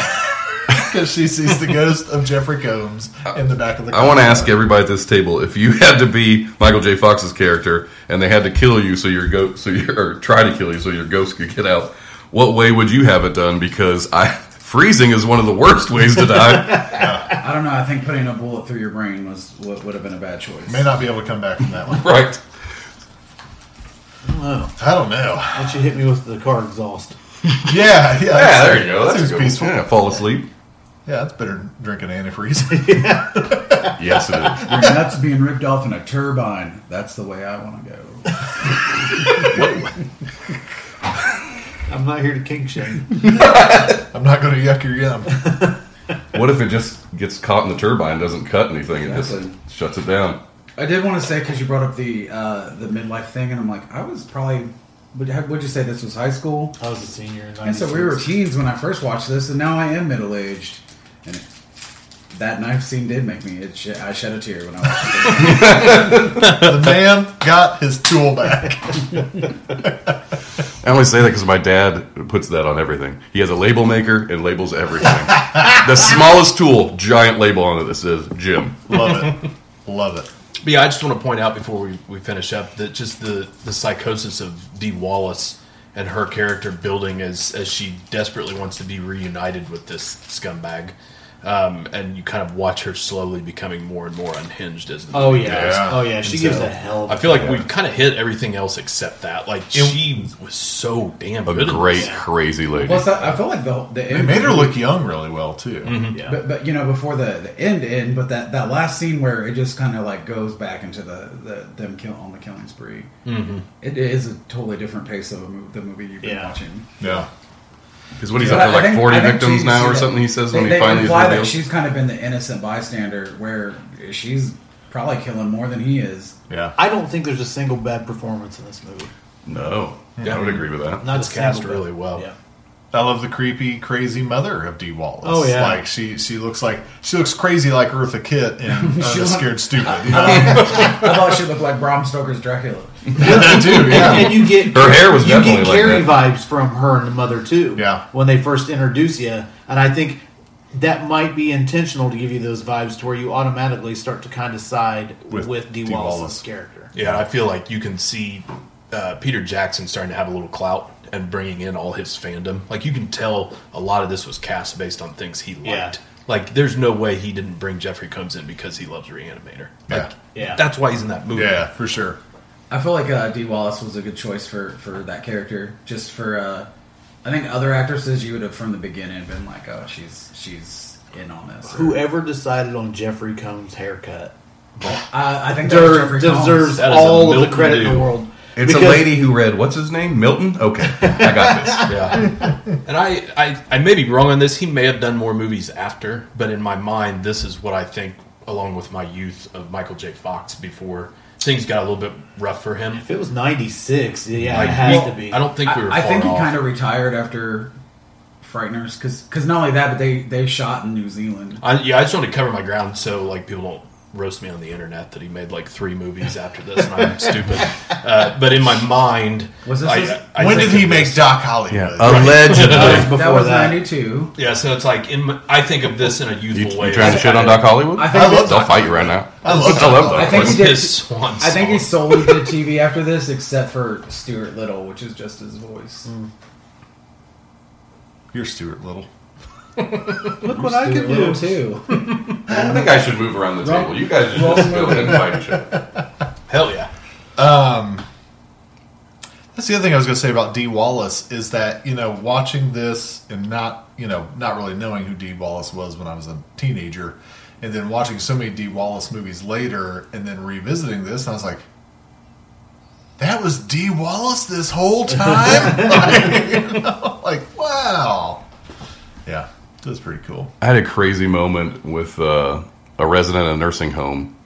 Speaker 2: Because she sees the ghost of Jeffrey Combs in the back of the
Speaker 5: I want to ask everybody at this table if you had to be Michael J. Fox's character and they had to kill you so your go so your or try to kill you so your ghost could get out, what way would you have it done? Because I freezing is one of the worst ways to die.
Speaker 4: I don't know. I think putting a bullet through your brain was what would have been a bad choice.
Speaker 2: May not be able to come back from that one.
Speaker 5: right.
Speaker 6: oh,
Speaker 2: I don't know.
Speaker 6: and she hit me with the car exhaust.
Speaker 2: Yeah, yeah.
Speaker 5: Yeah, there you go.
Speaker 2: That
Speaker 5: That's
Speaker 2: seems
Speaker 5: a good
Speaker 2: peaceful.
Speaker 5: One.
Speaker 2: Yeah.
Speaker 5: Yeah, fall asleep.
Speaker 2: that's better than drinking antifreeze.
Speaker 5: Yes, it is.
Speaker 4: Your nuts being ripped off in a turbine. That's the way I want to go.
Speaker 6: I'm not here to kink shame.
Speaker 2: I'm not going to yuck your yum.
Speaker 5: What if it just gets caught in the turbine, doesn't cut anything, it
Speaker 4: Exactly.
Speaker 5: just shuts it down?
Speaker 4: I did want to say because you brought up the uh, the midlife thing, and I'm like, I was probably would have- would you say this was high school?
Speaker 6: I was a senior. In
Speaker 4: And so we were
Speaker 6: 96.
Speaker 4: teens when I first watched this, and now I am middle aged. And that knife scene did make me. It sh- I shed a tear when I watched it.
Speaker 2: The man got his tool back.
Speaker 5: I only say that because my dad puts that on everything. He has a label maker and labels everything. the smallest tool, giant label on it that says Jim.
Speaker 2: Love it. Love it.
Speaker 3: But yeah, I just want to point out before we, we finish up that just the, the psychosis of Dee Wallace and her character building as, as she desperately wants to be reunited with this scumbag. Um, and you kind of watch her slowly becoming more and more unhinged as the
Speaker 6: Oh
Speaker 3: movie
Speaker 6: yeah.
Speaker 3: goes.
Speaker 6: Oh yeah. She gives
Speaker 3: so-
Speaker 6: a hell. Of a
Speaker 3: I feel like we've kind of hit everything else except that. Like she was so damn
Speaker 5: A
Speaker 3: good. in
Speaker 5: great,
Speaker 3: this.
Speaker 5: crazy lady.
Speaker 4: Plus, I, I felt like the whole- the
Speaker 2: They
Speaker 4: end
Speaker 2: made her look young really well, too.
Speaker 6: yeah.
Speaker 4: But, but you know before the, the end end, but that, that last scene where it just kind of like goes back into the, the them kill on the killing spree. Mm-hmm. is a totally different pace of a mov- the movie you've been
Speaker 6: Yeah.
Speaker 4: watching.
Speaker 2: Yeah.
Speaker 5: Because what he's
Speaker 4: But
Speaker 5: up
Speaker 4: I-
Speaker 5: to
Speaker 4: I
Speaker 5: like
Speaker 4: think-
Speaker 5: forty
Speaker 4: I think
Speaker 5: victims
Speaker 4: she's-
Speaker 5: now or
Speaker 4: they-
Speaker 5: something. He says
Speaker 4: they,
Speaker 5: when he
Speaker 4: they
Speaker 5: finally is
Speaker 4: imply that
Speaker 5: revealed.
Speaker 4: she's kind of been the innocent bystander where she's probably killing more than he is.
Speaker 2: Yeah.
Speaker 6: I don't think there's a single bad performance in this movie.
Speaker 5: No, I would agree with that.
Speaker 6: Not
Speaker 3: It's
Speaker 6: a single
Speaker 3: cast
Speaker 6: bad-
Speaker 3: really well.
Speaker 6: Yeah.
Speaker 2: I love the creepy, crazy mother of Dee Wallace.
Speaker 6: Oh, yeah.
Speaker 2: Like, she, she looks like, she looks crazy like Eartha Kitt in uh,
Speaker 4: She look-
Speaker 2: Scared Stupid. You know?
Speaker 4: I thought she looked like Bram Stoker's Dracula.
Speaker 2: yeah, too,
Speaker 6: And,
Speaker 2: yeah.
Speaker 6: and you get
Speaker 5: Her hair was
Speaker 6: you
Speaker 5: definitely
Speaker 6: get
Speaker 5: like
Speaker 6: Carrie
Speaker 5: that.
Speaker 6: vibes from her and the mother too.
Speaker 2: Yeah.
Speaker 6: when they first introduce you, and I think that might be intentional to give you those vibes to where you automatically start to kind of side
Speaker 2: With
Speaker 6: with, D.
Speaker 2: Dee
Speaker 6: Wallace's
Speaker 2: Wallace.
Speaker 6: character.
Speaker 3: Yeah, I feel like you can see uh, Peter Jackson starting to have a little clout and bringing in all his fandom. Like you can tell a lot of this was cast based on things he liked.
Speaker 6: Yeah.
Speaker 3: Like there's no way he didn't bring Jeffrey Combs in because he loves Reanimator. Like
Speaker 6: Yeah. Yeah.
Speaker 3: that's why he's in that movie.
Speaker 2: Yeah, for sure.
Speaker 4: I feel like uh, Dee Wallace was a good choice for, for that character. Just for, uh, I think other actresses you would have from the beginning been like, oh, she's she's in on this. Uh, Or-
Speaker 6: Whoever decided on Jeffrey Combs' haircut
Speaker 4: I, I think that was
Speaker 6: deserves,
Speaker 4: Jeffrey Combs.
Speaker 6: deserves
Speaker 3: That is a
Speaker 6: all of the
Speaker 3: Milton
Speaker 6: credit in
Speaker 3: dude.
Speaker 6: the world.
Speaker 5: It's a
Speaker 6: Because-
Speaker 5: lady who read what's his name Milton. Okay, I got this.
Speaker 3: Yeah. and I, I, I may be wrong on this. He may have done more movies after, but in my mind, this is what I think, along with my youth of Michael J. Fox before things got a little bit rough for him.
Speaker 6: If it was 96, yeah,
Speaker 3: Like,
Speaker 6: it has
Speaker 3: we-
Speaker 6: to be.
Speaker 3: I don't think we were.
Speaker 4: I, I
Speaker 3: far
Speaker 4: think he
Speaker 3: off.
Speaker 4: kind of retired after Frighteners because not only that, but they, they shot in New Zealand.
Speaker 3: I, yeah, I just want to cover my ground so like people don't roast me on the internet that he made like three movies after this and I'm stupid. Uh, but in my mind,
Speaker 4: Was this
Speaker 3: I-
Speaker 4: his-
Speaker 3: I
Speaker 2: when
Speaker 3: think
Speaker 2: did he
Speaker 3: of
Speaker 2: make
Speaker 3: this-
Speaker 2: Doc Hollywood?
Speaker 5: allegedly.
Speaker 6: Before
Speaker 4: that was
Speaker 6: that.
Speaker 4: ninety two.
Speaker 3: Yeah, so it's like in. My, I think of this in a
Speaker 5: You,
Speaker 3: youthful way.
Speaker 5: you trying to shit on Doc Hollywood?
Speaker 4: I think I love
Speaker 5: They'll fight you right now.
Speaker 2: I love Doc Hollywood.
Speaker 5: Doc
Speaker 4: I think he
Speaker 5: Hollywood.
Speaker 4: did-
Speaker 3: his swan
Speaker 4: I think he
Speaker 3: song.
Speaker 4: solely did TV after this, except for Stuart Little, which is just his voice.
Speaker 2: You're Stuart Little.
Speaker 6: Look what I
Speaker 4: Stuart
Speaker 6: could
Speaker 4: Little
Speaker 6: do.
Speaker 4: too.
Speaker 5: I think I should move around the
Speaker 4: Wrong-
Speaker 5: table. You guys should
Speaker 4: wrong
Speaker 5: just go
Speaker 4: movie.
Speaker 5: ahead and fight each other.
Speaker 3: Hell yeah.
Speaker 2: That's the other thing I was going to say about D. Wallace is that you know watching this and not you know not really knowing who D. Wallace was when I was a teenager, and then watching so many D. Wallace movies later, and then revisiting this, and I was like, that was D. Wallace this whole time. like, you know, like, wow, yeah, that's pretty cool.
Speaker 5: I had a crazy moment with uh, a resident at a nursing home.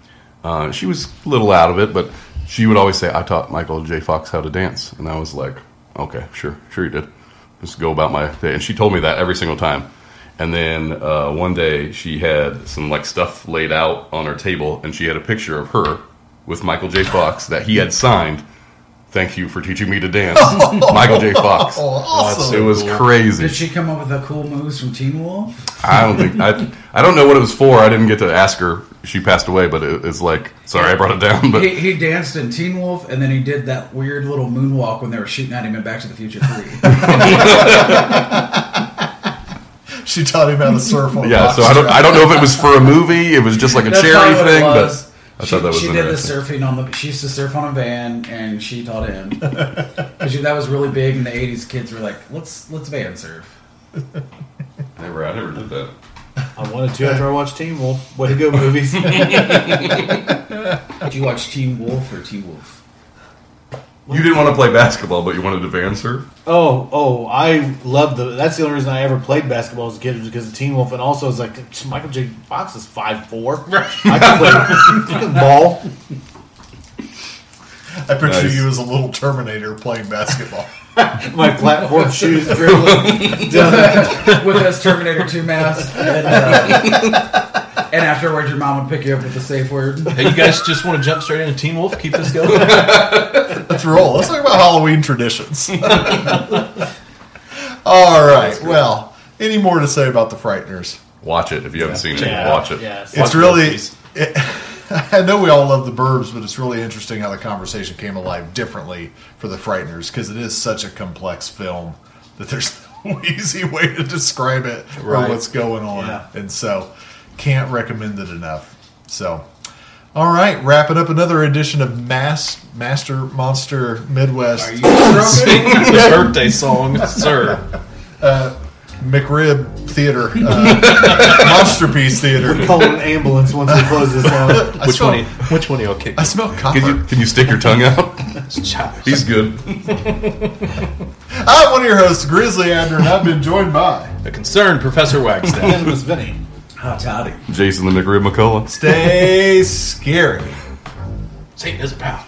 Speaker 5: Uh, she was a little out of it, but she would always say, I taught Michael J. Fox how to dance. And I was like, okay, sure, sure you did. Just go about my day. And she told me that every single time. And then uh, one day she had some like stuff laid out on her table, and she had a picture of her with Michael J. Fox that he had signed. Thank you for teaching me to dance, Michael J. Fox.
Speaker 2: Oh, awesome.
Speaker 5: It was crazy.
Speaker 4: Did she come up with the cool moves from Teen Wolf?
Speaker 5: I don't think I. I don't know what it was for. I didn't get to ask her. She passed away, but it, it's like sorry, I brought it down. But
Speaker 4: He, he danced in Teen Wolf, and then he did that weird little moonwalk when they were shooting at him in Back to the Future Three.
Speaker 2: She taught him how to surf on
Speaker 5: yeah,
Speaker 2: rocks.
Speaker 5: so I don't. I don't know if it was for a movie. It was just like a
Speaker 4: That's
Speaker 5: charity
Speaker 4: probably what it
Speaker 5: thing.
Speaker 4: was.
Speaker 5: But I
Speaker 4: she,
Speaker 5: thought that was
Speaker 4: she did the
Speaker 5: interesting.
Speaker 4: surfing on the. She used to surf on a van, and she taught him 'Cause that was really big in the '80s. Kids were like, "Let's let's van surf."
Speaker 5: I never, I never did that.
Speaker 6: I wanted to after I watched Teen Wolf. Way to go, movies.
Speaker 4: Did you watch Teen Wolf or Teen Wolf?
Speaker 5: You didn't want to play basketball, but you wanted to van surf.
Speaker 6: Oh, oh, I love the. That's the only reason I ever played basketball as a kid was because of Teen Wolf, and also it's like Michael J. Fox is five four. I can play I can ball.
Speaker 2: I picture
Speaker 5: Nice.
Speaker 2: you as a little Terminator playing basketball.
Speaker 6: My platform shoes dribbling. Done.
Speaker 4: with his Terminator 2 mask. And, uh, and afterwards, your mom would pick you up with the safe word.
Speaker 3: Hey, you guys just want to jump straight into Teen Wolf? Keep this going.
Speaker 2: Let's roll. Let's talk about Halloween traditions. All right. Well, any more to say about the Frighteners?
Speaker 5: Watch it if you haven't seen it.
Speaker 6: Yeah,
Speaker 5: watch it.
Speaker 6: Yes.
Speaker 2: It's
Speaker 3: Watch
Speaker 2: really.
Speaker 3: movies.
Speaker 2: It, I know we all love the Burbs, but it's really interesting how the conversation came alive differently for the Frighteners because it is such a complex film that there's no easy way to describe it
Speaker 3: Right.
Speaker 2: or what's going on,
Speaker 6: Yeah.
Speaker 2: and so can't recommend it enough. So. All right, wrapping up another edition of Mass Master Monster Midwest.
Speaker 4: Are you stroking?
Speaker 3: the birthday song, sir.
Speaker 2: McRib Theater, uh, Monsterpiece Theater.
Speaker 6: Call an ambulance once we close this out.
Speaker 2: I
Speaker 3: Which
Speaker 2: smell,
Speaker 3: one? you- Which one y'all kick?
Speaker 2: I smell
Speaker 5: Can
Speaker 2: copper.
Speaker 5: you can you stick your tongue out?
Speaker 3: Choppers.
Speaker 5: He's good.
Speaker 2: I'm one of your hosts, Grizzly Adner, and I've been joined by.
Speaker 3: A concerned Professor Wagstaff.
Speaker 6: It was Vinny.
Speaker 4: Hot toddy.
Speaker 5: Jason the McRib McCullough.
Speaker 2: Stay scary.
Speaker 3: Satan is a pal.